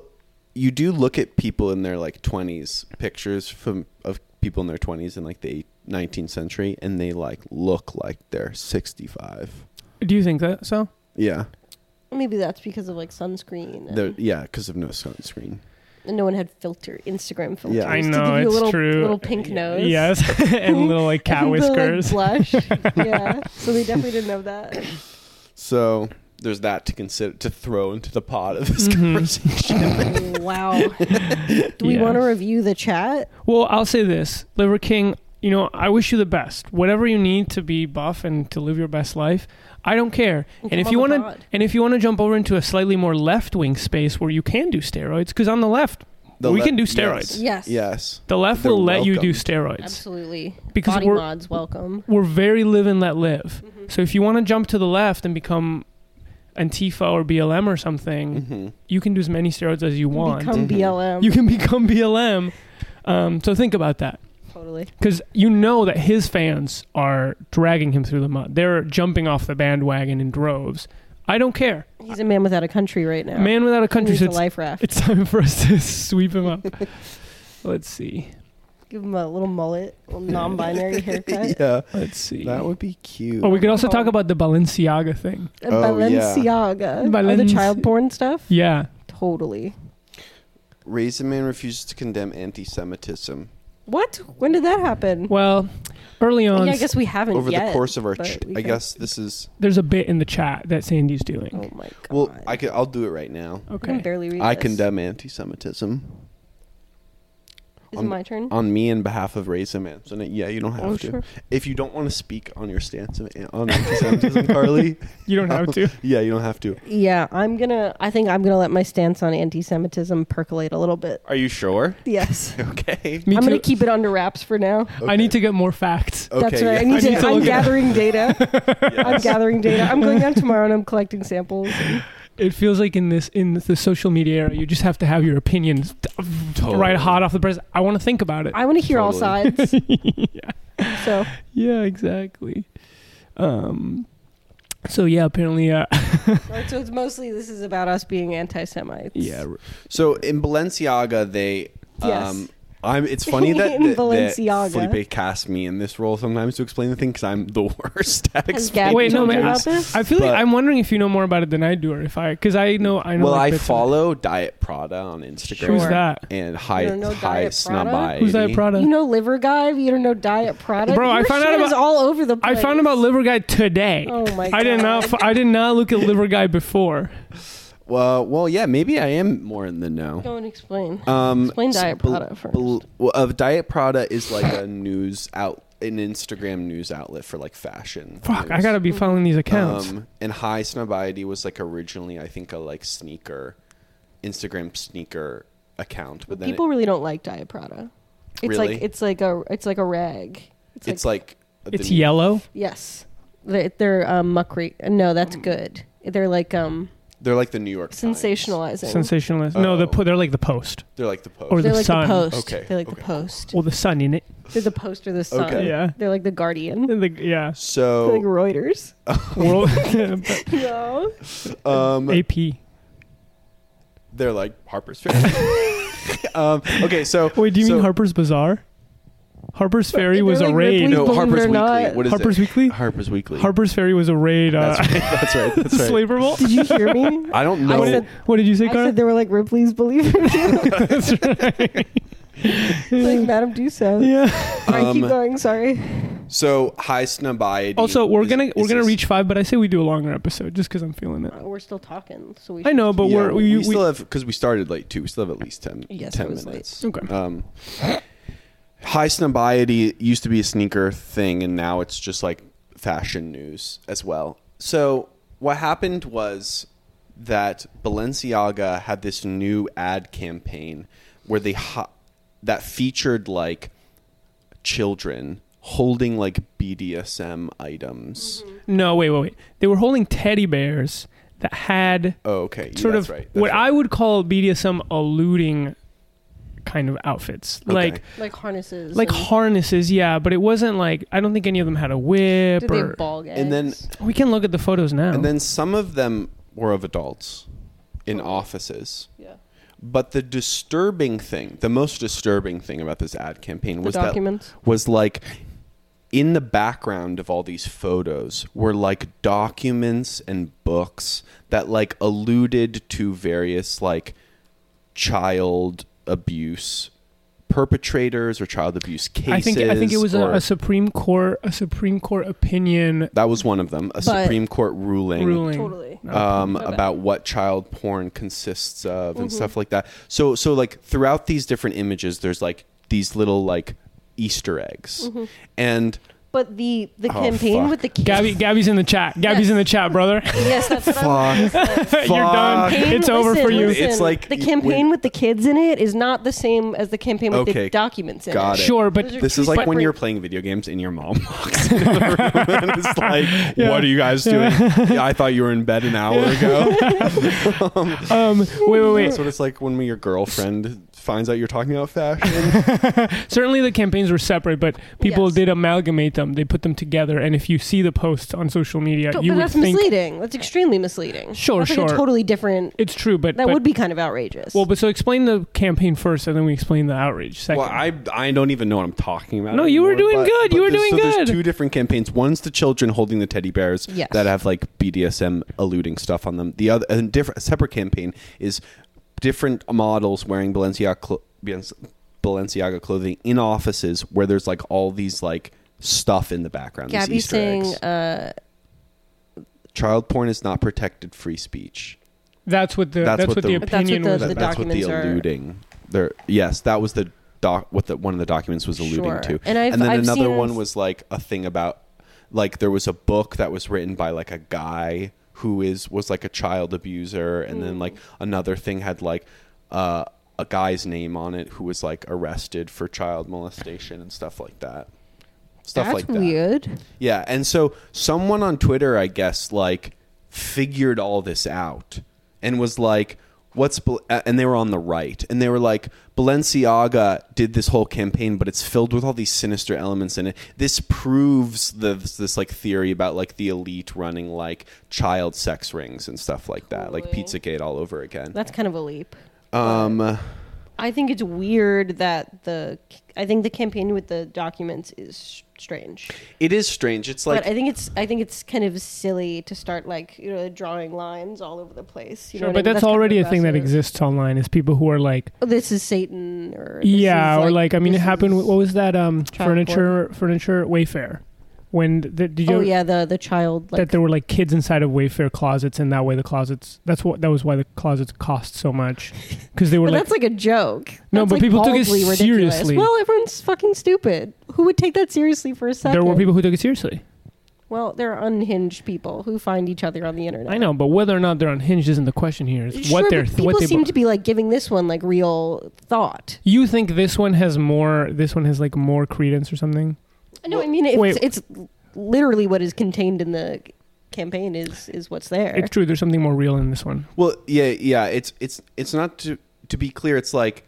S3: you do look at people in their like 20s pictures from of people in their 20s in like the 19th century and they like look like they're 65.
S2: Do you think that so?
S3: Yeah.
S4: Maybe that's because of like sunscreen. And,
S3: They're yeah, cuz of no sunscreen.
S4: and no one had filter Instagram filters.
S3: Yeah. I
S2: I
S4: to
S2: know
S4: give you a
S2: it's
S4: little,
S2: true.
S4: Little pink nose.
S2: Yes, and little like cat
S4: And the, like,
S2: whiskers.
S4: blush. yeah. So they definitely didn't have that.
S3: So, there's that to consider to throw into the pot of
S4: Mm-hmm.
S3: this
S2: Mhm.
S3: conversation.
S4: Wow. Do we
S2: Yeah.
S4: want to review the chat?
S2: Well, I'll say this, Liver King. You know, I wish you the best. Whatever you need to be buff and to live your best life, I don't care. And if
S4: Come
S2: you
S4: on
S2: want
S4: the
S2: to,
S4: pod.
S2: and if you want to jump over into a slightly more left-wing space where you can do steroids, because on the left,
S3: The
S2: we
S3: le-
S2: can do
S3: yes.
S2: steroids.
S4: Yes.
S3: yes.
S2: The left
S3: They're
S2: will let you do
S3: welcome.
S2: steroids.
S4: Absolutely.
S2: Because
S4: Body
S2: we're-
S4: mods, welcome.
S2: We're very live and let live. So if you want to jump to the left and become Antifa or BLM or something,
S3: Mhm.
S2: you can do as many steroids as you want.
S3: Mhm.
S4: Become BLM.
S2: you can become BLM. Um, so think about that.
S4: totally.
S2: Because you know that his fans are dragging him through the mud. They're jumping off the bandwagon in droves. I don't care.
S4: He's a man without a country right now.
S2: Man without a
S4: He
S2: country.
S4: needs
S2: So
S4: a
S2: it's,
S4: life raft.
S2: it's time for us to sweep him up. Let's see.
S4: Give him a little mullet, a little non-binary haircut.
S3: Yeah.
S2: Let's see.
S3: That would be cute.
S2: Oh, we could also talk
S4: Oh.
S2: about the Balenciaga thing.
S4: A
S3: Oh, yeah.
S4: Balenciaga. Or the
S2: Balenci-
S4: child porn stuff?
S2: Yeah.
S4: Totally.
S3: Raisin Man refuses to condemn anti-Semitism
S4: What? When did that happen? Oh,
S2: Well, early on,
S4: yeah, I guess we haven't
S3: over
S4: yet,
S3: the course of our.
S4: but
S3: Ch-
S4: we
S3: I
S4: can-
S3: guess this is.
S2: there's a bit in the chat that Sandy's
S4: Oh
S2: doing.
S4: my god.
S3: Well, I could. I'll do it right now.
S4: I can
S2: Okay.
S4: barely Oh, read.
S3: I
S4: this.
S3: condemn anti-Semitism
S4: Is it
S3: on-
S4: my turn?
S3: on me and behalf of Raisin Man. So no- yeah, you don't have
S4: Oh,
S3: to.
S4: sure.
S3: If you don't want to speak on your stance of, eh, on anti-Semitism, Carly,
S2: You don't have to.
S3: yeah, you don't have to.
S4: Yeah, I'm gonna. I think I'm gonna let my stance on anti-Semitism percolate a little bit.
S3: Are you sure?
S4: Yes,
S3: Okay.
S2: Me
S4: I'm
S2: too.
S4: gonna keep it under wraps for now.
S2: I need to get more facts.
S3: Okay,
S4: That's right.
S3: yeah.
S4: I need
S2: I
S4: to.
S2: need to
S4: I'm
S2: look it up.
S4: gathering data. I'm
S3: Yes.
S4: gathering data. I'm going down tomorrow and I'm collecting samples.
S2: It feels like in this in the social media era, you just have to have your opinions right hot off the press. I want to think about it.
S4: I want to hear all
S3: Totally.
S4: sides. So
S2: Yeah, exactly. Um, so yeah, apparently, uh,
S4: Right, so it's mostly this is about us being anti-Semites.
S2: yeah, r-
S3: So in Balenciaga, they um,
S4: Yes.
S3: I'm, it's funny that,
S4: In
S3: that, that
S4: Balenciaga.
S3: Felipe casts me in this role sometimes to explain the thing because I'm the worst at
S4: Has
S3: explaining.
S4: Gabby
S2: Wait, no,
S4: told you
S2: man.
S4: about this?
S2: I feel like
S3: But-
S2: I'm wondering if you know more about it than I do, or if I, because I know I know.
S3: Well,
S2: like
S3: I
S2: bits of it.
S3: follow Diet Prada on Instagram.
S2: Who's that?
S3: And
S4: You
S3: high
S4: don't know
S3: high
S4: Diet Prada?
S3: snobiety.
S2: Who's that Prada?
S4: You know Liver Guy? You don't know Diet Product?
S2: Bro, I
S4: Your
S2: found
S4: shit
S2: out
S4: is
S2: about-
S4: all over the
S2: I
S4: place.
S2: found about Liver Guy today.
S4: Oh my
S2: I did not. f- I did not look at Liver Guy before.
S3: Well, well, yeah, maybe I am more in the know.
S4: Don't explain.
S3: Um,
S4: explain Diet
S3: bel-
S4: Prada first.
S3: bel- well, of Diet Prada is like a news out, an Instagram news outlet for like fashion.
S2: Fuck, I
S3: news.
S2: gotta be following these accounts.
S3: Um, and high snobiety was like originally, I think, a like sneaker, Instagram sneaker account, but then
S4: People
S3: it,
S4: really don't like Diet Prada. It's
S3: Really?
S4: like it's like a it's like a rag. It's,
S3: it's like, the
S2: it's
S3: new-
S2: yellow.
S4: yes, they're, they're um, muckry. No, that's good. They're like um
S3: They're like the New York Times.
S4: sensationalizing.
S2: Sensationalist. No, the
S3: Oh.
S2: po- they're like the Post
S3: They're like the post.
S2: or the
S4: they're like
S2: Sun.
S4: the post.
S3: Okay,
S4: They're like
S3: okay.
S4: the post.
S2: Well, the Sun in it.
S4: They're the post or the sun.
S3: Okay. Oh.
S2: Yeah.
S4: They're like the guardian.
S2: And the- yeah.
S4: They're like
S3: so
S4: Reuters.
S2: World
S4: no.
S3: um,
S2: AP.
S3: they're like Harper's Ferry. um, okay, so
S2: Wait, do you
S3: so,
S2: mean Harper's Bazaar? Harper's Ferry
S4: they're
S2: was
S4: like
S2: arrayed.
S4: Ripley's-
S3: No,
S4: Believe it
S3: Harper's Weekly.
S4: or not.
S3: What is
S2: Harper's
S3: it?
S2: Weekly?
S3: Harper's Weekly.
S2: Harper's Ferry was arrayed. Uh,
S3: That's right. That's right. That's right.
S2: Slaver Bowl.
S4: Did you hear me?
S3: I don't know.
S2: What,
S4: said-
S2: did, what did you say,
S4: I
S2: Carl?
S4: said they were like Ripley's Believe It or Not,
S2: That's right.
S4: like Madame Tussauds.
S2: yeah.
S4: All right, keep
S3: Um,
S4: going. Sorry.
S3: so high snobiety.
S2: Also, we're
S3: is-
S2: gonna
S3: is
S2: we're gonna
S3: this- Uh,
S2: reach five, but I say we do a longer episode just because I'm feeling it.
S4: We're still talking, so we.
S2: I know, but
S3: yeah,
S2: we're we, we-
S3: still have because we started late too. We still have at least ten.
S4: Yes,
S3: 10
S4: I was
S3: minutes.
S2: late. Okay.
S3: Um, high snobiety used to be a sneaker thing, and now it's just like fashion news as well. So what happened was that Balenciaga had this new ad campaign where they hi- that featured like children holding like BDSM items.
S2: no wait wait wait. They were holding teddy bears that had
S3: Oh, okay. Yeah,
S2: sort
S3: that's
S2: of
S3: right. That's
S2: what
S3: right.
S2: I would call BDSM alluding kind of outfits,
S3: Okay.
S2: like
S4: like harnesses.
S2: like
S4: and-
S2: harnesses. Yeah, but it wasn't like I don't think any of them had a whip
S4: Did they
S2: or.
S4: have ball gags?
S3: And then-
S2: We can look at the photos now.
S3: And then some of them were of adults in
S2: Oh.
S3: offices.
S4: yeah,
S3: But the disturbing thing, the most disturbing thing about this ad campaign was
S4: documents?
S3: that was like in the background of all these photos were like documents and books that like alluded to various like child abuse perpetrators or child abuse cases.
S2: I think I think it was a,
S3: or-
S2: a Supreme Court a Supreme Court opinion
S3: that was one of them, a
S4: But-
S3: Supreme Court
S2: ruling.
S4: totally.
S3: um,
S4: My bad.
S3: about what child porn consists of and stuff like that. So so like throughout these different images, there's like these little like Easter eggs, and
S4: But the the
S3: Oh,
S4: campaign
S3: fuck.
S4: with the kids.
S2: Gabby Gabby's in the chat. Gabby's in the chat, brother.
S4: Yes, that's what I'm.
S3: fuck, fuck.
S2: You're done.
S4: Campaign-
S2: It's over for you.
S3: It's like
S4: the
S3: you-
S4: campaign
S3: when-
S4: with the kids in it is not the same as the campaign with
S3: Okay,
S4: the documents in
S3: got
S4: it.
S3: it.
S2: Sure, but
S4: Those are
S3: This
S4: two
S3: is like when
S4: separate-
S3: you're playing video games and your mom walks into the room and it's like, "What are you guys doing? Yeah, I thought you were in bed an hour ago."
S2: Um, wait, wait, wait.
S3: That's what it's like when your girlfriend finds out you're talking about fashion.
S2: Certainly the campaigns were separate, but people
S4: Yes.
S2: did amalgamate them. They put them together, and if you see the posts on social media,
S4: But,
S2: you
S4: but
S2: would
S4: that's
S2: think
S4: misleading. That's extremely misleading.
S2: Sure,
S4: that's Like a
S2: sure.
S4: totally different.
S2: it's true. But
S4: That
S2: but-
S4: would be kind of outrageous.
S2: well. But so explain the campaign first, and then we explain the outrage second.
S3: Well, I I don't even know what I'm talking about.
S2: No, you were
S3: anymore,
S2: doing good. You were
S3: there's-
S2: doing
S3: so There's
S2: good.
S3: two different campaigns. One's the children holding the teddy bears
S4: Yes.
S3: that have like BDSM alluding stuff on them. The other and different a separate campaign is different models wearing Balenciaga clo- Balenciaga- Balenciaga clothing in offices where there's like all these like stuff in the background. these
S4: Gabby's
S3: Easter
S4: saying
S3: eggs.
S4: uh,
S3: child porn is not protected free speech.
S2: that's what the that's, what, the,
S3: But
S4: that's what
S2: opinion
S4: the-
S2: was.
S4: the
S3: That- that's what the
S4: documents are-
S3: alluding. There, yes, that was the doc. What the one of the documents was alluding
S4: Sure.
S3: to,
S4: And I've-
S3: then
S4: I've
S3: another
S4: seen-
S3: one was like a thing about, like there was a book that was written by like a guy who is was like a child abuser, and then like
S4: Hmm.
S3: another thing had like. Uh, a guy's name on it who was like arrested for child molestation and stuff like that. Stuff
S4: that's
S3: like that.
S4: weird.
S3: Yeah, and so someone on Twitter, I guess, like figured all this out and was like, "What's?" Bal-? uh, And they were on the right, and they were like, "Balenciaga did this whole campaign, but it's filled with all these sinister elements in it. This proves the, this, this like theory about like the elite running like child sex rings and stuff like that, like
S4: Totally.
S3: Pizzagate all over again."
S4: That's kind of a leap.
S3: Um,
S4: I think it's weird that the I think the campaign with the documents is strange.
S3: It is strange. It's like
S4: but I think it's I think it's kind of silly to start like you know drawing lines all over the place. You know
S2: Sure,
S4: what I mean?
S2: but that's
S4: kind of
S2: already a thing that
S4: aggressive.
S2: exists online is people who are like,
S4: Oh, this is Satan, or this
S2: yeah,
S4: is,
S2: or like, I mean, it
S4: this
S2: happened.
S4: is-
S2: What was that? Um,
S4: Child
S2: furniture, furniture Wayfair. When the, did you?
S4: oh yeah, the the child like
S2: that there were like kids inside of Wayfair closets, and that way the closets. That's what that was why the closets cost so much, because they were
S4: But
S2: like,
S4: that's like a joke.
S2: No,
S4: That's,
S2: but
S4: like,
S2: people took it
S4: baldly ridiculous.
S2: seriously.
S4: Well, everyone's fucking stupid. Who would take that seriously for a second?
S2: there were people who took it seriously.
S4: Well, there are unhinged people who find each other on the internet.
S2: I know, but whether or not they're unhinged isn't the question here. It's
S4: Sure,
S2: what they're
S4: but
S2: th-
S4: people
S2: what they.
S4: seem
S2: be-
S4: to be like giving this one like real thought.
S2: you think this one has more? This one has like more credence or something?
S4: No, I mean it's,
S2: Wait.
S4: it's literally what is contained in the campaign is is what's there.
S2: It's true. There's something more real in this one.
S3: Well, yeah, yeah. It's it's it's not to to be clear. It's like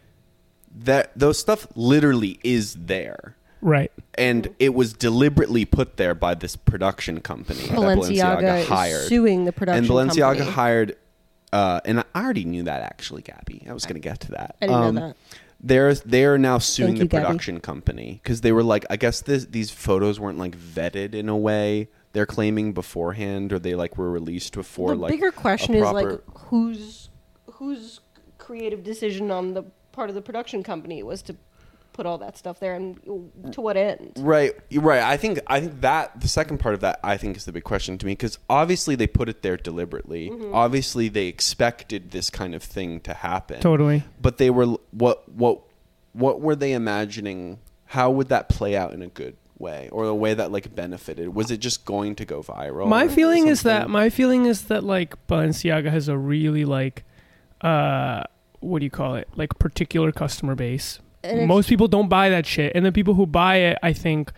S3: that those stuff literally is there,
S2: Right.
S3: and it was deliberately put there by this production company that
S4: Balenciaga
S3: Balenciaga
S4: is
S3: hired,
S4: suing the production
S3: and Balenciaga
S4: company.
S3: hired. Uh, and I already knew that actually, Gabby. I was going to get to that. Um,
S4: I didn't know that.
S3: They're they're now suing
S4: Thank
S3: the
S4: you, Gabby.
S3: production company because they were like, I guess this, these photos weren't like vetted in a way. They're claiming beforehand, or they like were released before.
S4: the
S3: like
S4: bigger
S3: a
S4: question is
S3: proper-
S4: like whose whose creative decision on the part of the production company was to put all that stuff there and to what end?
S3: Right, right. I think I think that the second part of that I think is the big question to me because obviously they put it there deliberately.
S4: Mm-hmm.
S3: Obviously they expected this kind of thing to happen.
S2: Totally.
S3: But they were what what what were they imagining? How would that play out in a good way or a way that like benefited? Was it just going to go viral?
S2: my
S3: or
S2: feeling is that
S3: something?
S2: my feeling is that like Balenciaga has a really like uh what do you call it like particular customer base.
S4: And it's-
S2: Most people don't buy that shit, and the people who buy it, I think,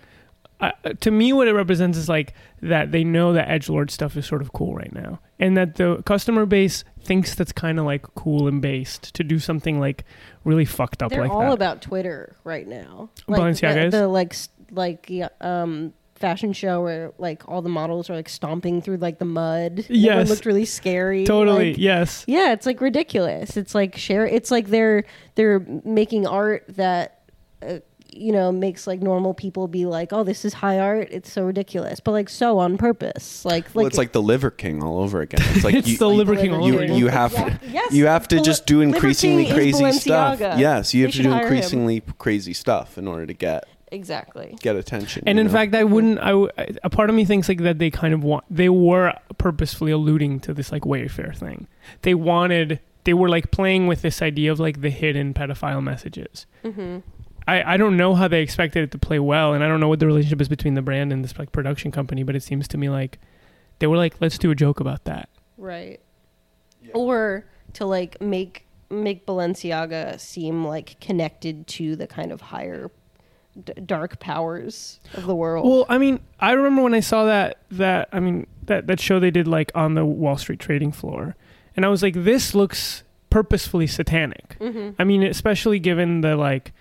S2: uh, to me, what it represents is like that they know that edge lord stuff is sort of cool right now, and that the customer base thinks that's kind of like cool and based to do something like really fucked up
S4: They're
S2: like
S4: all
S2: that.
S4: about Twitter right now.
S2: Balenciaga
S4: the,
S2: is?
S4: the like s- like yeah, um fashion show where like all the models are like stomping through like the mud. Everyone
S2: Yes.
S4: looked really scary.
S2: totally,
S4: like-
S2: yes.
S4: Yeah, it's like ridiculous. It's like share. It's like they're they're making art that uh, you know makes like normal people be like, oh, this is high art. It's so ridiculous, but like so on purpose. Like like
S3: well, it's like the Liver King all over again. It's like
S2: it's
S3: you,
S2: the
S3: you-
S2: Liver King all
S3: you,
S2: over again.
S3: you have
S4: Yes,
S3: you have to
S4: Bal-
S3: just do
S4: Liver
S3: increasingly
S4: King is
S3: crazy stuff.
S4: Balenciaga.
S3: Yes, you
S4: They
S3: have to
S4: should
S3: do
S4: hire him.
S3: increasingly crazy stuff in order to get
S4: exactly.
S3: get attention.
S2: And
S3: you
S2: in
S3: know?
S2: fact, I wouldn't. I w- a part of me thinks like that they kind of want. They were purposefully alluding to this like Wayfair thing. They wanted. They were like playing with this idea of like the hidden pedophile messages. I, I don't know how they expected it to play well, and I don't know what the relationship is between the brand and this like production company. But it seems to me like they were like, let's do a joke about that.
S4: Right. Or to like make make Balenciaga seem like connected to the kind of higher d- dark powers of the world.
S2: Well, I mean, I remember when I saw that that I mean that that show they did like on the Wall Street trading floor, and I was like, this looks purposefully satanic.
S4: Mm-hmm.
S2: I mean, especially given the like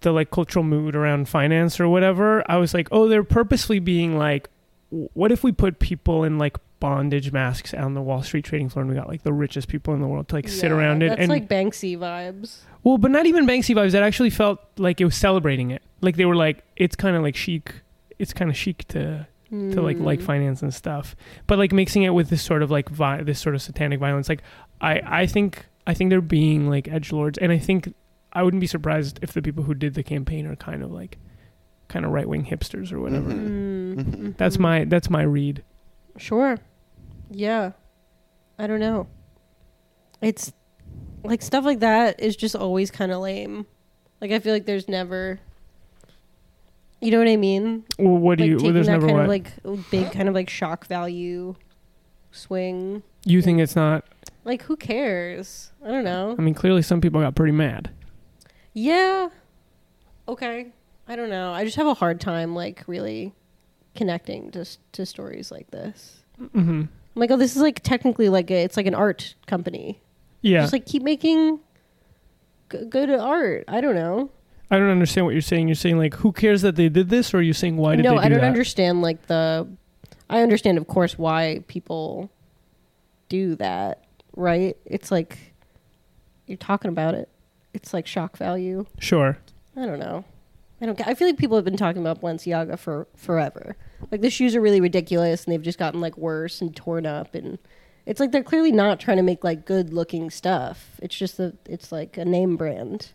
S2: the like cultural mood around finance or whatever. I was like, oh, they're purposefully being like, w- what if we put people in like bondage masks on the Wall Street trading floor, and we got like the richest people in the world to like sit
S4: Yeah,
S2: around it
S4: That's
S2: and
S4: like Banksy vibes.
S2: well, but not even Banksy vibes. That actually felt like it was celebrating it. Like they were like, it's kind of like chic. It's kind of chic to to like
S4: Mm.
S2: like finance and stuff. But like mixing it with this sort of like vi- this sort of satanic violence. Like I I think I think they're being like edge lords, and I think I wouldn't be surprised if the people who did the campaign are kind of like kind of right wing hipsters or whatever.
S3: Mhm.
S4: Mm,
S2: That's
S4: mhm.
S2: my that's my read.
S4: Sure. Yeah. I don't know. It's like stuff like that is just always kind of lame. Like I feel like there's never you know what I mean?
S2: Well, what do
S4: like
S2: you? Well,
S4: taking
S2: there's
S4: that
S2: never
S4: kind
S2: what
S4: of like oh, big kind of like shock value swing.
S2: you think it's not.
S4: Like who cares? I don't know.
S2: I mean, clearly some people got pretty mad.
S4: Yeah. Okay. I don't know. I just have a hard time like really connecting to s- to stories like this.
S2: hmm
S4: I'm like, oh, this is like technically like a, it's like an art company.
S2: Yeah,
S4: Just like keep making g- good art. I don't know.
S2: I don't understand what you're saying. You're saying like, who cares that they did this, or are you saying why did
S4: no,
S2: they do
S4: I don't
S2: that?
S4: understand like the. I understand, of course, why people do that. Right? It's like you're talking about it. it's like shock value.
S2: Sure.
S4: I don't know. I don't. get- I feel like people have been talking about Balenciaga for forever. Like the shoes are really ridiculous, and they've just gotten like worse and torn up, and it's like they're clearly not trying to make like good looking stuff. It's just that it's like a name brand.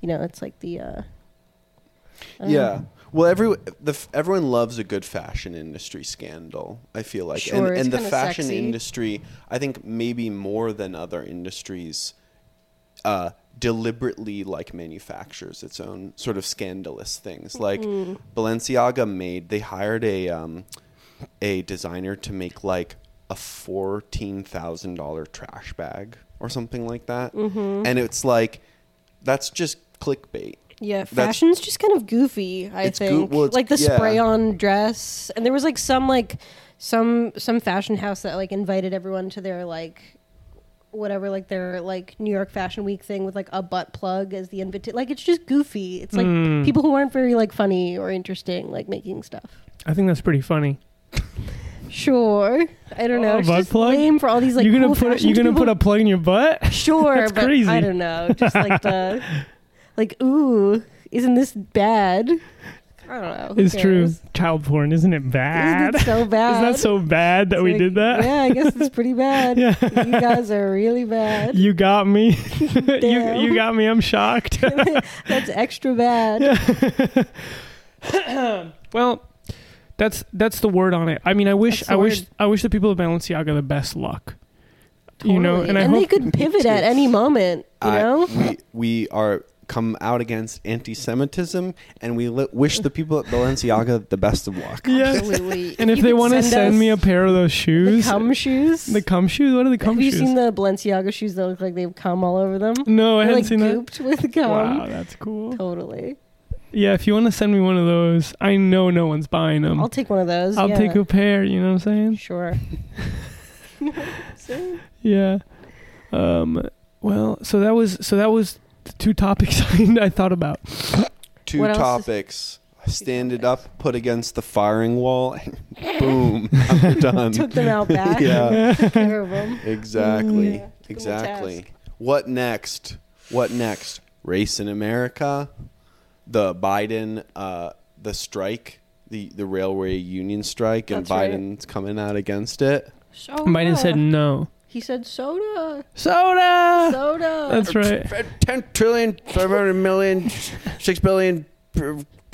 S4: You know, it's like the. uh I don't
S3: yeah.
S4: know.
S3: Well, every the f- everyone loves a good fashion industry scandal. I feel like, and,
S4: Sure, it's
S3: and the
S4: kinda
S3: fashion
S4: sexy.
S3: industry, I think maybe more than other industries, uh, deliberately like manufactures its own sort of scandalous things. Like
S4: Mm-hmm.
S3: Balenciaga made, they hired a um, a designer to make like a fourteen thousand dollar trash bag or something like that,
S4: Mm-hmm.
S3: and it's like that's just clickbait.
S4: Yeah,
S3: That's-
S4: fashion's just kind of goofy. I
S3: It's goo-
S4: think,
S3: well, it's-
S4: like the
S3: yeah.
S4: spray-on dress, and there was like some like some some fashion house that like invited everyone to their like whatever like their like New York Fashion Week thing with like a butt plug as the invitation. Like it's just goofy. It's like
S2: Hmm.
S4: people who aren't very like funny or interesting like making stuff.
S2: I think that's pretty funny.
S4: Sure, I don't know.
S2: A
S4: it's
S2: Oh, butt
S4: just
S2: plug?
S4: lame for all these like
S2: you're gonna
S4: cool
S2: put a,
S4: fashion
S2: you're gonna
S4: people.
S2: put a plug in your butt.
S4: Sure,
S2: That's
S4: but
S2: crazy.
S4: I don't know. Just like the like, ooh, isn't this bad? I don't know. Who
S2: It's true.
S4: cares?
S2: Child porn, isn't it
S4: Isn't
S2: bad?
S4: it so bad?
S2: Isn't that so bad that
S4: It's
S2: we
S4: like,
S2: did that?
S4: Yeah, I guess it's pretty bad.
S2: Yeah.
S4: You guys are really bad.
S2: You got me. you
S4: Damn.
S2: you got me. I'm shocked.
S4: That's extra bad.
S2: well, that's that's the word on it. I mean, I wish
S4: That's the
S2: I wish
S4: word.
S2: I wish the people of Balenciaga the best luck. You know,
S4: Totally.
S2: and I
S4: they
S2: hope
S4: could pivot at any moment, you
S3: I-
S4: know?
S3: we, we are come out against anti-Semitism, and we li- wish the people at Balenciaga the best of luck.
S2: yeah.
S4: Absolutely.
S2: And if
S4: you
S2: they
S4: could
S2: want to send
S4: us
S2: me a pair of those
S4: the
S2: shoes,
S4: cum shoes.
S2: the cum shoes. What are the cum
S4: Have you
S2: shoes?
S4: seen the Balenciaga shoes that look like they've cum all over them?
S2: no, I
S4: They're
S2: haven't
S4: like
S2: seen that.
S4: gooped with cum.
S2: Wow, that's cool.
S4: Totally.
S2: Yeah, if you want to send me one of those, I know no one's buying them.
S4: I'll
S2: I'll,
S4: take one of those. yeah.
S2: take a pair. You know what I'm saying?
S4: Sure.
S2: Yeah. Um. Well, so that was so that was the two topics I, I thought about.
S3: Two
S4: What else is-
S3: topics. Stand it up, put against the firing wall, and boom, I'm done.
S4: Took them out back.
S3: yeah,
S4: Took care of 'em.
S3: exactly,
S4: Yeah, took them to
S3: exactly.
S4: task.
S3: What next? What next? Race in America, the Biden, uh, the strike, the the railway union strike, and
S4: That's right.
S3: Biden's coming out against it.
S4: Soda.
S2: Biden said no.
S4: He said soda.
S2: Soda.
S4: Soda.
S2: That's right.
S3: 10 trillion, 500 million, 6 billion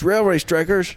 S3: railway strikers.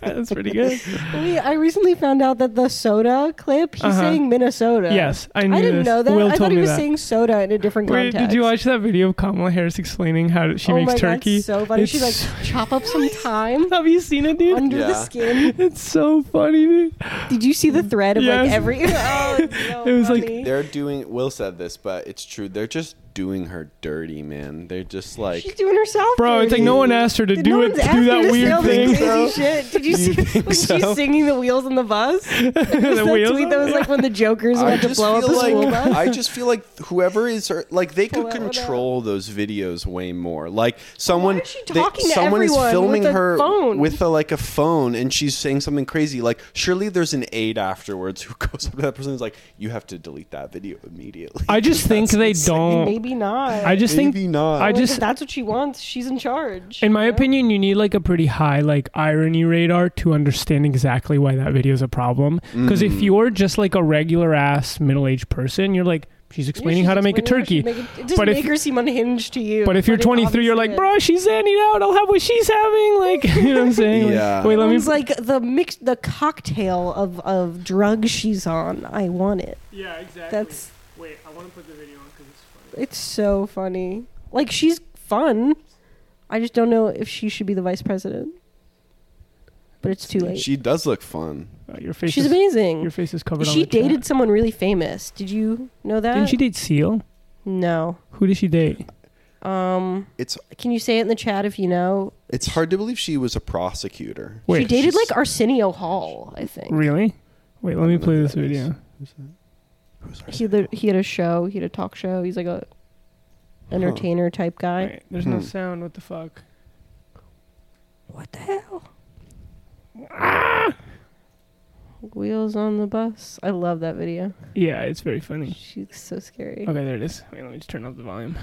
S2: That's pretty good.
S4: Wait, I recently found out that the soda clip, he's
S2: Uh-huh.
S4: saying Minnesota.
S2: Yes, I
S4: I,
S2: knew
S4: didn't
S2: this.
S4: know that.
S2: Will
S4: I
S2: told
S4: thought he
S2: me
S4: was
S2: that.
S4: saying soda in a different
S2: Wait,
S4: context.
S2: did you watch that video of Kamala Harris explaining how she
S4: oh
S2: makes
S4: my
S2: turkey?
S4: God, so funny.
S2: It's
S4: She like
S2: so-
S4: chop up some thyme
S2: Have you seen it, dude?
S4: under the
S3: Yeah.
S4: skin.
S2: It's so funny, dude.
S4: Did you see the thread of
S2: Yes.
S4: like every? Oh, it's so
S2: It was like-
S4: funny.
S3: They're doing, Will said this, but it's true. They're just doing her dirty, man. They're just
S4: she's
S3: like,
S4: doing herself.
S2: Bro, it's like no
S4: dirty.
S2: one asked her to
S4: Did
S2: do
S4: no
S2: it,
S4: one's
S2: to
S4: asked
S2: do
S4: her
S2: that
S4: to
S2: weird
S4: sell the
S2: thing.
S4: crazy shit. Did you,
S3: You
S4: see
S3: think
S4: when
S3: so?
S4: she's singing the wheels on the bus?
S2: The
S4: There's that
S2: wheels
S4: tweet
S2: on-
S4: that was like when the Joker's
S3: I
S4: about to
S3: just,
S4: blow up
S3: feel
S4: a
S3: like,
S4: school bus.
S3: I just feel like whoever is, her- like, they
S4: Pull
S3: could
S4: that one out.
S3: control those videos way more. Like, someone,
S4: is she
S3: they-
S4: talking to
S3: someone is
S4: everyone with
S3: filming
S4: a
S3: her
S4: phone?
S3: with a, like a phone and she's saying something crazy. Like, surely there's an aide afterwards who goes up to that person and is like, you have to delete that video immediately.
S2: I just think
S3: That's
S2: they
S3: insane.
S2: don't.
S4: Maybe not.
S2: I just think
S3: Maybe not.
S2: I
S4: Well, if
S2: just-
S4: that's what she wants. She's in charge.
S2: In my
S4: you know?
S2: opinion, you need like a pretty high like irony radar to understand exactly why that video is a problem. Because
S4: Mm.
S2: if you're just like a regular ass middle aged person, you're like, she's
S4: Yeah,
S2: explaining
S4: she's
S2: how to make a turkey.
S4: explaining how to make it- it doesn't
S2: But if-
S4: make her seem unhinged to you.
S2: but if you're
S4: it
S2: 23, you're
S4: obviously
S2: like, bro,
S4: is.
S2: she's standing out. I'll have what she's having. Like, you know what I'm saying? Like,
S3: Yeah.
S2: Wait, let me.
S4: It's like the mix, the cocktail of of drugs she's on. I want it.
S2: yeah, exactly.
S4: That's
S2: Wait, I want to put the video on because it's funny.
S4: it's so funny. Like she's fun. I just don't know if she should be the vice president. But it's too late.
S3: She does look fun.
S2: Oh, your face.
S4: she's
S2: is, Your
S4: amazing.
S2: face is covered. on
S4: She
S2: the chat.
S4: dated someone really famous. Did you know that?
S2: Didn't she date Seal?
S4: no.
S2: Who did she date?
S4: Um,
S3: It's
S4: can you say it in the chat if you know?
S3: it's hard to believe she was a prosecutor.
S2: Wait,
S4: she dated
S3: she's-
S4: like Arsenio Hall, I think.
S2: really? Wait, let me
S3: don't know
S2: play
S3: who
S2: this
S3: that is.
S2: video.
S3: Who's her-
S4: He had a, he had a show. He had a talk show. He's like a entertainer type guy.
S2: Wait, there's no
S3: Hmm.
S2: sound. What the fuck?
S4: What the hell? Wheels on the bus. I love that video.
S2: Yeah, it's very funny.
S4: She's so scary.
S2: Okay, there it is. Wait, let me just turn off the volume.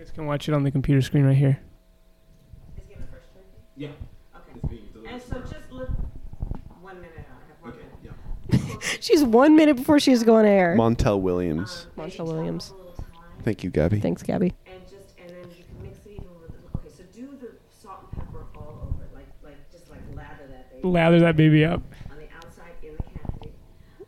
S2: guys can watch it on the computer screen right here.
S5: Is he the first turkey?
S3: Yeah.
S5: Okay. And so just look, one minute, I have one minute.
S4: She's one minute before she has to go on air.
S3: Montel Williams.
S5: Um, maybe
S4: Montel
S5: chop up
S4: Williams.
S5: a little thyme
S3: Thank you, Gabby.
S4: Thanks, Gabby.
S5: And just, and then you can mix it even with, okay, so do the salt and pepper all over it, like, like, just like lather that baby
S2: Lather that baby up.
S5: on the outside in the cavity.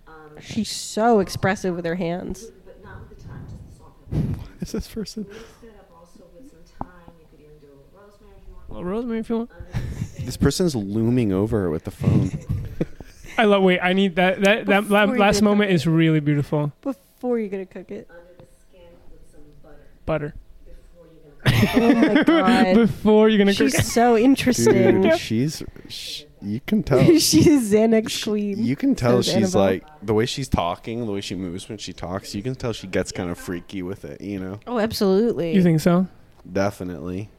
S5: Um,
S4: She's so expressive with her hands.
S5: but not with the thyme, just the salt and pepper.
S3: Is this person?
S5: Mix that up also with some thyme, you could even do a little rosemary if you want.
S2: Well, Rosemary, if you want.
S5: Under the sink.
S3: This person's looming over her with the phone.
S2: I love. Wait, I need that. That that la-
S4: Before you
S2: last
S4: did
S2: moment
S4: that.
S2: is really beautiful.
S4: Before you're gonna cook it.
S5: under the skin with some
S2: Butter.
S5: butter before you're gonna cook it.
S4: Oh my god.
S2: Before you're gonna cook. it.
S4: She's so interesting.
S3: Dude, she's. Sh- you can tell.
S4: She's Xanax
S3: Sh-
S4: queen.
S3: You can tell
S4: Says
S3: she's
S4: Annabelle.
S3: like the way she's talking, the way she moves when she talks. You can tell she gets kind of freaky with it. You know,
S4: Oh, absolutely.
S2: You think so?
S3: definitely,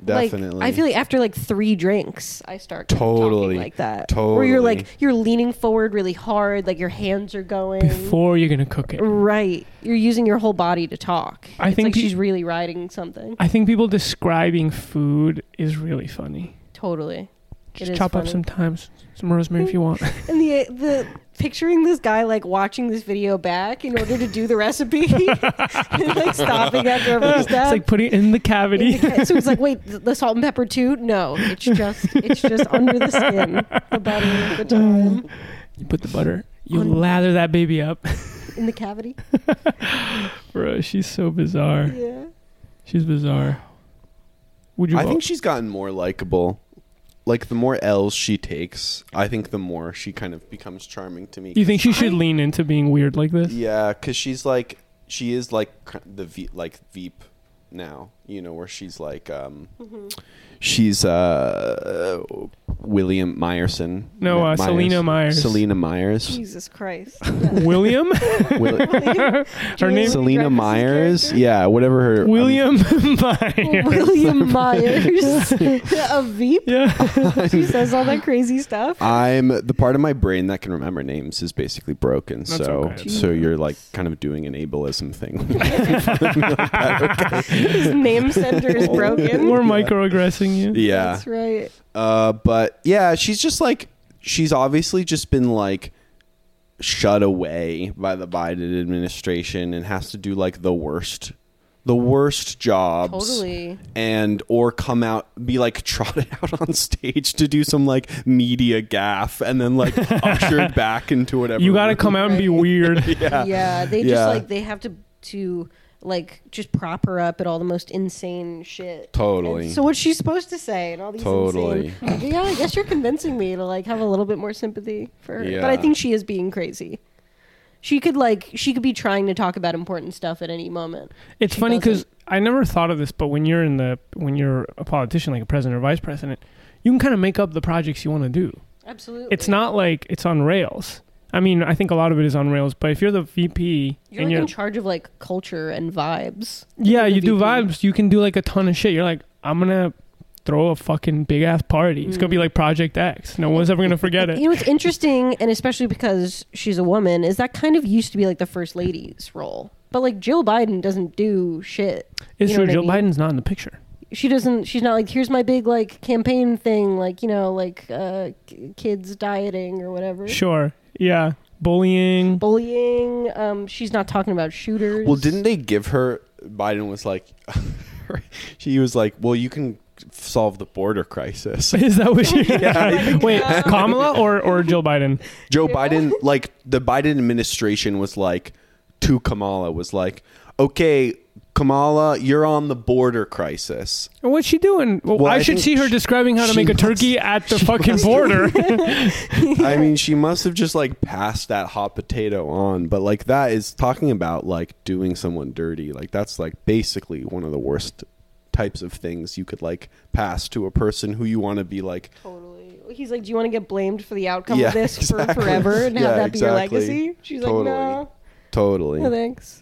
S4: Like,
S3: definitely.
S4: I feel like after like three drinks, I start kinda talking
S3: Totally.
S4: like that. Where you're like
S3: Totally.
S4: you're leaning forward really hard, like your hands are going.
S2: Before you're gonna cook it.
S4: Right, you're using your whole body to talk.
S2: I
S4: It's
S2: think
S4: like
S2: pe-
S4: she's really riding something.
S2: I think people describing food is really funny.
S4: Totally.
S2: Just
S4: is
S2: chop up
S4: funny.
S2: some times, some rosemary if you want.
S4: And the the picturing this guy like watching this video back in order to do the recipe, and, like stopping after every
S2: it's
S4: step.
S2: like putting it in the cavity.
S4: so he's like, "Wait, th- the salt and pepper too? No, it's just it's just under the skin, the butter,
S2: Uh.
S4: the thyme,
S2: you put the butter. You
S4: On-
S2: lather that baby up.
S4: in the cavity."
S2: Bro, she's so bizarre.
S4: Yeah.
S2: She's bizarre. Would you?
S3: I
S2: vote?
S3: think she's gotten more likable. Like the more L's she takes, I think the more she kind of becomes charming to me.
S2: you think she should lean into being weird like this?
S3: Yeah, because she's like she is like k- the v- like Veep now. You know where she's like um she's uh William Myerson.
S2: No, uh, Selena Myers.
S3: Selena Myers.
S4: Jesus Christ.
S2: William,
S3: Will-
S2: her name
S3: Selena Myers. Yeah, whatever her
S2: William Myers.
S4: William Myers. a Veep.
S2: Yeah.
S4: She says all that crazy stuff.
S3: I'm, I'm- the part of my brain that can remember names is basically broken.
S2: That's
S3: so
S2: okay.
S3: so you're like kind of doing an ableism thing.
S4: His name center is broken.
S2: We're microaggressing you.
S3: yeah.
S4: That's right.
S3: Uh, but yeah, she's just like she's obviously just been like shut away by the Biden administration and has to do like the worst, the worst jobs,
S4: Totally.
S3: and or come out be like trotted out on stage to do some like media gaff and then like ushered back into whatever.
S2: You got to come out and be weird.
S4: Yeah. they just
S3: Yeah.
S4: like they have to to like just prop her up at all the most insane shit.
S3: Totally.
S4: And so what's she supposed to say and all these
S3: Totally.
S4: insane like, Yeah, I guess you're convincing me to like have a little bit more sympathy for her. But
S3: Yeah.
S4: I think she is being crazy. She could like she could be trying to talk about important stuff at any moment.
S2: It's
S4: She
S2: funny 'cause funny because
S4: doesn't.
S2: I never thought of this, but when you're in the when you're a politician like a president or vice president, you can kind of make up the projects you want to do.
S4: Absolutely.
S2: It's not like it's on rails. I mean, I think a lot of it is on rails, but if you're the VP
S4: you're
S2: and
S4: like,
S2: you're
S4: in charge of like culture and vibes.
S2: yeah,
S4: the
S2: you do
S4: VP.
S2: vibes, you can do like a ton of shit. You're like, I'm gonna throw a fucking big ass party. It's gonna be like Project X. No one's ever gonna forget it.
S4: You know what's interesting, and especially because she's a woman, is that kind of used to be like the first lady's role. But like Jill Biden doesn't do shit.
S2: It's
S4: you know
S2: true. Joe
S4: what I mean?
S2: Biden's not in the picture.
S4: She doesn't. She's not like here's my big like campaign thing, like you know, like uh, k- kids dieting or whatever,
S2: Sure. Yeah. Bullying.
S4: bullying. Um, she's not talking about shooters.
S3: Well, didn't they give her? Biden was like, he was like, well, you can solve the border crisis.
S2: Is that what you?
S3: Oh
S4: Yeah.
S2: Wait, Kamala or or Joe Biden?
S3: Joe Biden, like the Biden administration was like to Kamala was like, okay, Kamala, you're on the border crisis.
S2: And What's she doing? Well,
S3: Well,
S2: I,
S3: I
S2: should
S3: think
S2: see her
S3: she-
S2: describing how to
S3: she
S2: make a
S3: must-
S2: turkey at the fucking border.
S3: I mean, she must have just like passed that hot potato on, but like that is talking about like doing someone dirty. Like that's like basically one of the worst types of things you could like pass to a person who you want to be like
S4: Totally. He's like, do you want to get blamed for the outcome
S3: Yeah,
S4: of this for
S3: exactly.
S4: forever and
S3: Yeah,
S4: have that be your
S3: exactly.
S4: legacy? She's
S3: Totally.
S4: like, no,
S3: totally.
S4: no thanks.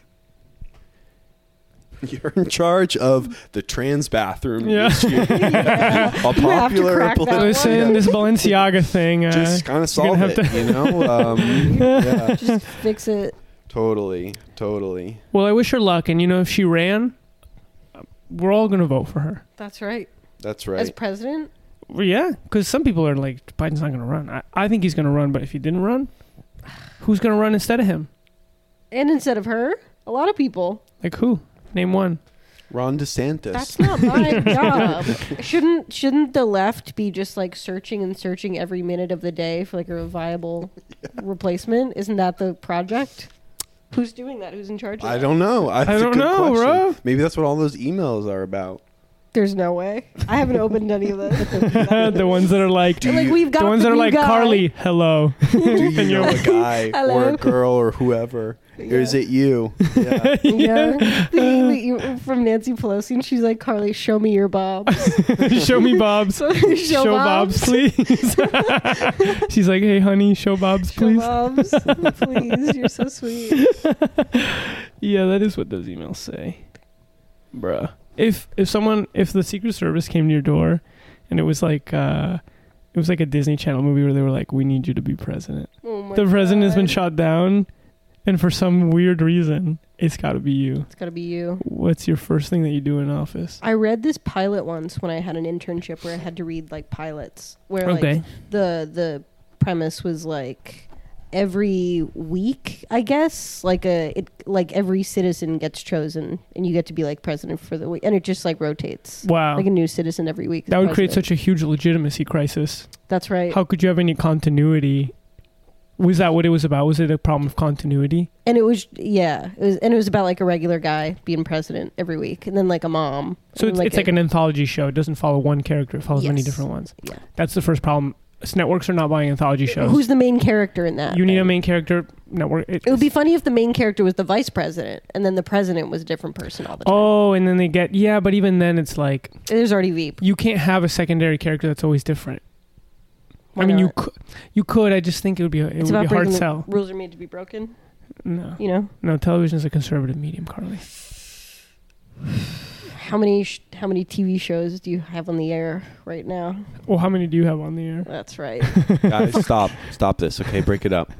S3: You're in charge of the trans bathroom.
S2: Yeah.
S3: issue. A popular
S4: crack that
S3: political-
S2: Listen, this Balenciaga thing. Uh,
S3: just kind of
S2: you're
S3: solve
S2: gonna
S3: it,
S2: have
S3: you know. Um, yeah,
S4: Just fix it.
S3: totally, totally.
S2: well, I wish her luck, and you know, if she ran, we're all going to vote for her.
S4: That's right.
S3: That's
S4: As
S3: right.
S4: president,
S2: Well, yeah, because some people are like, Biden's not going to run. I, I think he's going to run, but if he didn't run, who's going to run instead of him?
S4: and instead of her, a lot of people.
S2: Like who? Name one.
S3: Ron DeSantis.
S4: That's not my job. Shouldn't shouldn't the left be just like searching and searching every minute of the day for like a viable replacement? Isn't that the project? Who's doing that? Who's in charge? Of
S3: I
S4: that?
S3: don't know. That's
S2: I
S3: a
S2: don't
S3: good
S2: know,
S3: question.
S2: bro.
S3: Maybe that's what all those emails are about.
S4: There's no way. I haven't opened any of those.
S2: Uh, the ones that are like,
S3: Do
S4: like
S3: you-
S4: we've got
S2: the ones
S4: the
S2: that are
S4: new
S2: like,
S4: guy.
S2: Carly, hello.
S3: Do you know a guy or
S4: Hello.
S3: a girl or whoever? Or is it you? Yeah.
S4: Yeah. The- the- you- from Nancy Pelosi, and she's like, Carly, show me your bobs.
S2: show me Bob's.
S4: So,
S2: show Bob's, please. She's like, hey, honey, show Bob's,
S4: Show
S2: please.
S4: bobs. please. You're so sweet.
S2: Yeah, that is what those emails say, bruh. If if someone if the Secret Service came to your door, and it was like uh, it was like a Disney Channel movie where they were like, "We need you to be president."
S4: Oh my
S2: the president has been
S4: God.
S2: shot down, and for some weird reason, it's got to be you.
S4: It's got to be you.
S2: What's your first thing that you do in office?
S4: I read this pilot once when I had an internship where I had to read like pilots where
S2: Okay.
S4: like the the premise was like every week I guess like a it like every citizen gets chosen and you get to be like president for the week and it just like rotates
S2: Wow,
S4: like a new citizen every week. is
S2: that would create
S4: president.
S2: such a huge legitimacy crisis.
S4: That's right.
S2: How could you have any continuity? Was that what it was about? Was it a problem of continuity?
S4: and it was yeah, it was and it was about like a regular guy being president every week and then like a mom.
S2: So
S4: and
S2: it's, it's like
S4: a-
S2: an anthology show. It doesn't follow one character. It follows many
S4: Yes.
S2: different ones.
S4: Yeah.
S2: That's the first problem. S- Networks are not buying anthology shows.
S4: who's the main character in that?
S2: you need a main character network.
S4: It would be funny if the main character was the vice president, and then the president was a different person all the time.
S2: Oh, and then they get yeah, but even then, it's like
S4: There's already Veep.
S2: you can't have a secondary character that's always different.
S4: Why
S2: I mean, you
S4: not?
S2: could, you could. I just think it would be a- it
S4: It's
S2: would be
S4: about
S2: a hard
S4: breaking the-
S2: sell.
S4: Rules are made to be broken.
S2: No,
S4: You know
S2: no, television is a conservative medium, Carly.
S4: how many sh- how many TV shows do you have on the air right now?
S2: Well, how many do you have on the air?
S4: That's right.
S3: Guys, stop. Stop this. Okay, break it up.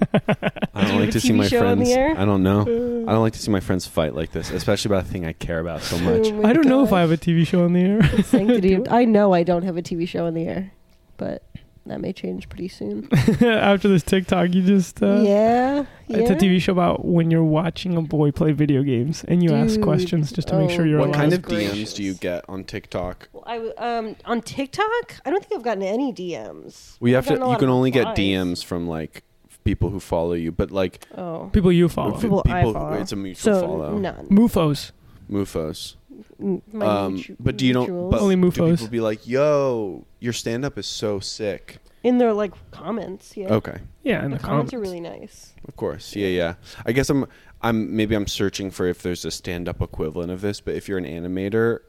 S3: I
S4: Do
S3: don't
S4: you
S3: like
S4: have
S3: to
S4: a
S3: see
S4: TV
S3: my
S4: show on the
S3: friends.
S4: air?
S3: I don't know. I don't like to see my friends fight like this, especially about a thing I care about so much.
S4: Oh my
S2: I don't know if I
S4: gosh.
S2: have a TV show on the air.
S4: The sanctity of- I know I don't have a TV show on the air, but that may change pretty soon.
S2: After this TikTok, you just uh,
S4: yeah, yeah.
S2: It's a TV show about when you're watching a boy play video games and you ask
S4: Dude.
S2: questions just to make
S4: Oh,
S2: sure you're
S3: What
S2: alive.
S3: kind of
S4: Gracious.
S3: DMs do you get on TikTok?
S4: Well, I w- um on TikTok, I don't think I've gotten any DMs.
S3: We have
S4: I've
S3: to.
S4: gotten a lot
S3: You can
S4: of
S3: only get
S4: replies.
S3: DMs from like people who follow you, but like
S4: Oh,
S2: people you follow?
S3: f-
S4: People I
S3: who-
S4: follow.
S3: it's a mutual
S4: so
S3: follow.
S4: none.
S2: Mufos.
S3: Mufos.
S4: M- my
S3: Um,
S4: mutu-
S3: but do you don't?
S4: mutuals.
S3: But
S2: Only
S3: do
S2: Mufos.
S3: people be like, "Yo, your stand-up is so sick."
S4: in their like comments? Yeah,
S3: Okay,
S2: Yeah, in
S4: the
S2: the,
S4: comments
S2: comments.
S4: are really nice.
S3: of course. Yeah, yeah. I guess I'm. I'm maybe I'm searching for if there's a stand-up equivalent of this, but if you're an animator,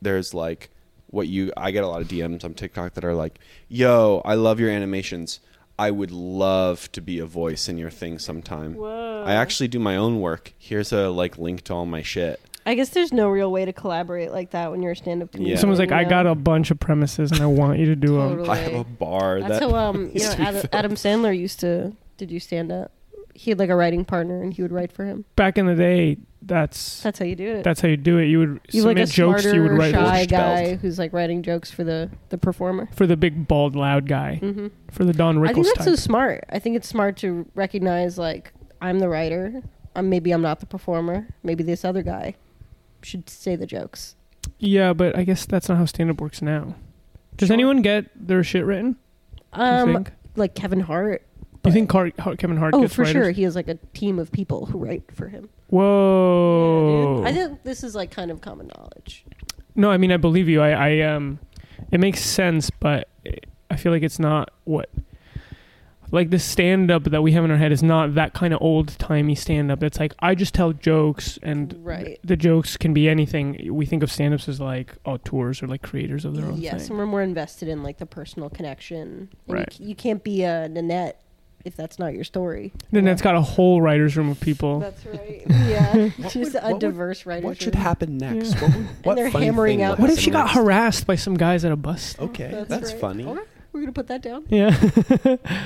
S3: there's like what you. I get a lot of DMs on TikTok that are like, "Yo, I love your animations. I would love to be a voice in your thing sometime."
S4: Whoa.
S3: I actually do my own work. Here's a like link to all my shit.
S4: I guess there's no real way to collaborate like that when you're a stand-up comedian.
S3: Yeah.
S2: Someone's like,
S4: you
S2: I
S4: know?
S2: got a bunch of premises and I want you to do them.
S4: Totally.
S3: I have a bar
S4: That's
S3: that
S4: how um you know Adam, Adam Sandler used to did you stand up? He had like a writing partner and he would write for him.
S2: Back in the day, that's
S4: That's how you do it.
S2: that's how you do it. You would
S4: you
S2: submit
S4: like a
S2: jokes.
S4: smarter,
S2: You would write
S4: shy
S3: Worst belt.
S4: guy who's like writing jokes for the the performer.
S2: for the big bald loud guy,
S4: hmm
S2: for the Don
S4: I think
S2: Rickles
S4: that's
S2: type.
S4: so smart. I think it's smart to recognize like I'm the writer. I'm maybe I'm not the performer. Maybe this other guy should say the jokes.
S2: yeah, but I guess that's not how stand up works now. Does
S4: Sure.
S2: anyone get their shit written? Do you
S4: Um,
S2: think? Do
S4: like Kevin Hart.
S2: you think Car- Har- Kevin Hart
S4: Oh,
S2: gets
S4: for
S2: writers?
S4: sure. He has like a team of people who write for him.
S2: Whoa.
S4: I think this is like kind of common knowledge.
S2: No, I mean I believe you. I, I um, it makes sense, but I feel like it's not what, like the stand up that we have in our head is not that kind of old timey stand up. It's like I just tell jokes, and
S4: Right.
S2: the jokes can be anything. We think of stand ups as like auteurs or like creators of their own
S4: Yes,
S2: thing.
S4: and we're more invested in like the personal connection. And you
S2: Right.
S4: c- You, can't be a Nanette if that's not your story.
S2: Then that's got a whole writer's room of people.
S4: That's right. Yeah,
S3: What
S4: just
S3: would-
S4: a
S3: what would-
S4: diverse writer.
S3: What should happen next? What, would, what
S4: they're
S3: funny
S4: hammering
S3: thing
S4: out-
S3: would
S2: What if she
S3: happen
S2: got
S3: next?
S2: harassed by some guys at a bus?
S3: Okay, that's,
S4: right.
S3: funny.
S4: All right, we're gonna put that down.
S2: Yeah.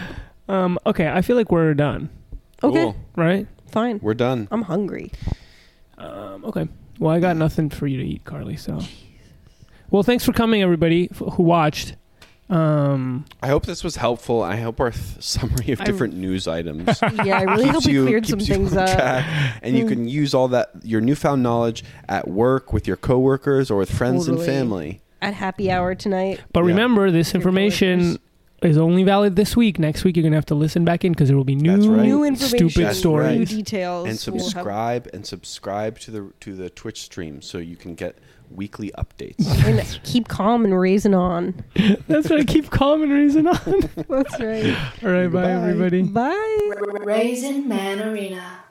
S2: um. Okay. I feel like we're done.
S4: Okay,
S3: Cool.
S2: Right.
S4: fine.
S3: We're done.
S4: I'm hungry.
S2: Um. Okay. Well, I got nothing for you to eat, Carly. So, well, thanks for coming, everybody f- who watched. Um,
S3: I hope this was helpful. I hope our th- summary of
S2: I-
S3: different news items
S4: Yeah, I really hope
S3: keeps
S4: we
S3: you
S4: cleared
S3: keeps
S4: some
S3: you
S4: things
S3: on
S4: up. Hmm.
S3: track. and you can use all that your newfound knowledge at work with your coworkers or with friends
S4: Totally.
S3: and family.
S4: At happy hour tonight.
S2: but
S3: Yeah.
S2: remember, this
S4: Your
S2: information is only valid this week. Next week, you're gonna have to listen back in because there will be
S3: That's
S2: new,
S3: right.
S4: New information,
S2: stupid
S3: That's
S2: stories.
S4: new
S3: right.
S4: details.
S3: and
S4: We'll have-
S3: subscribe and subscribe to the to the Twitch stream so you can get weekly updates.
S4: and keep calm and raising on.
S2: That's right. Keep calm and reason on.
S4: That's right.
S2: All right, bye everybody.
S4: Bye.
S6: Raisin Man Arena.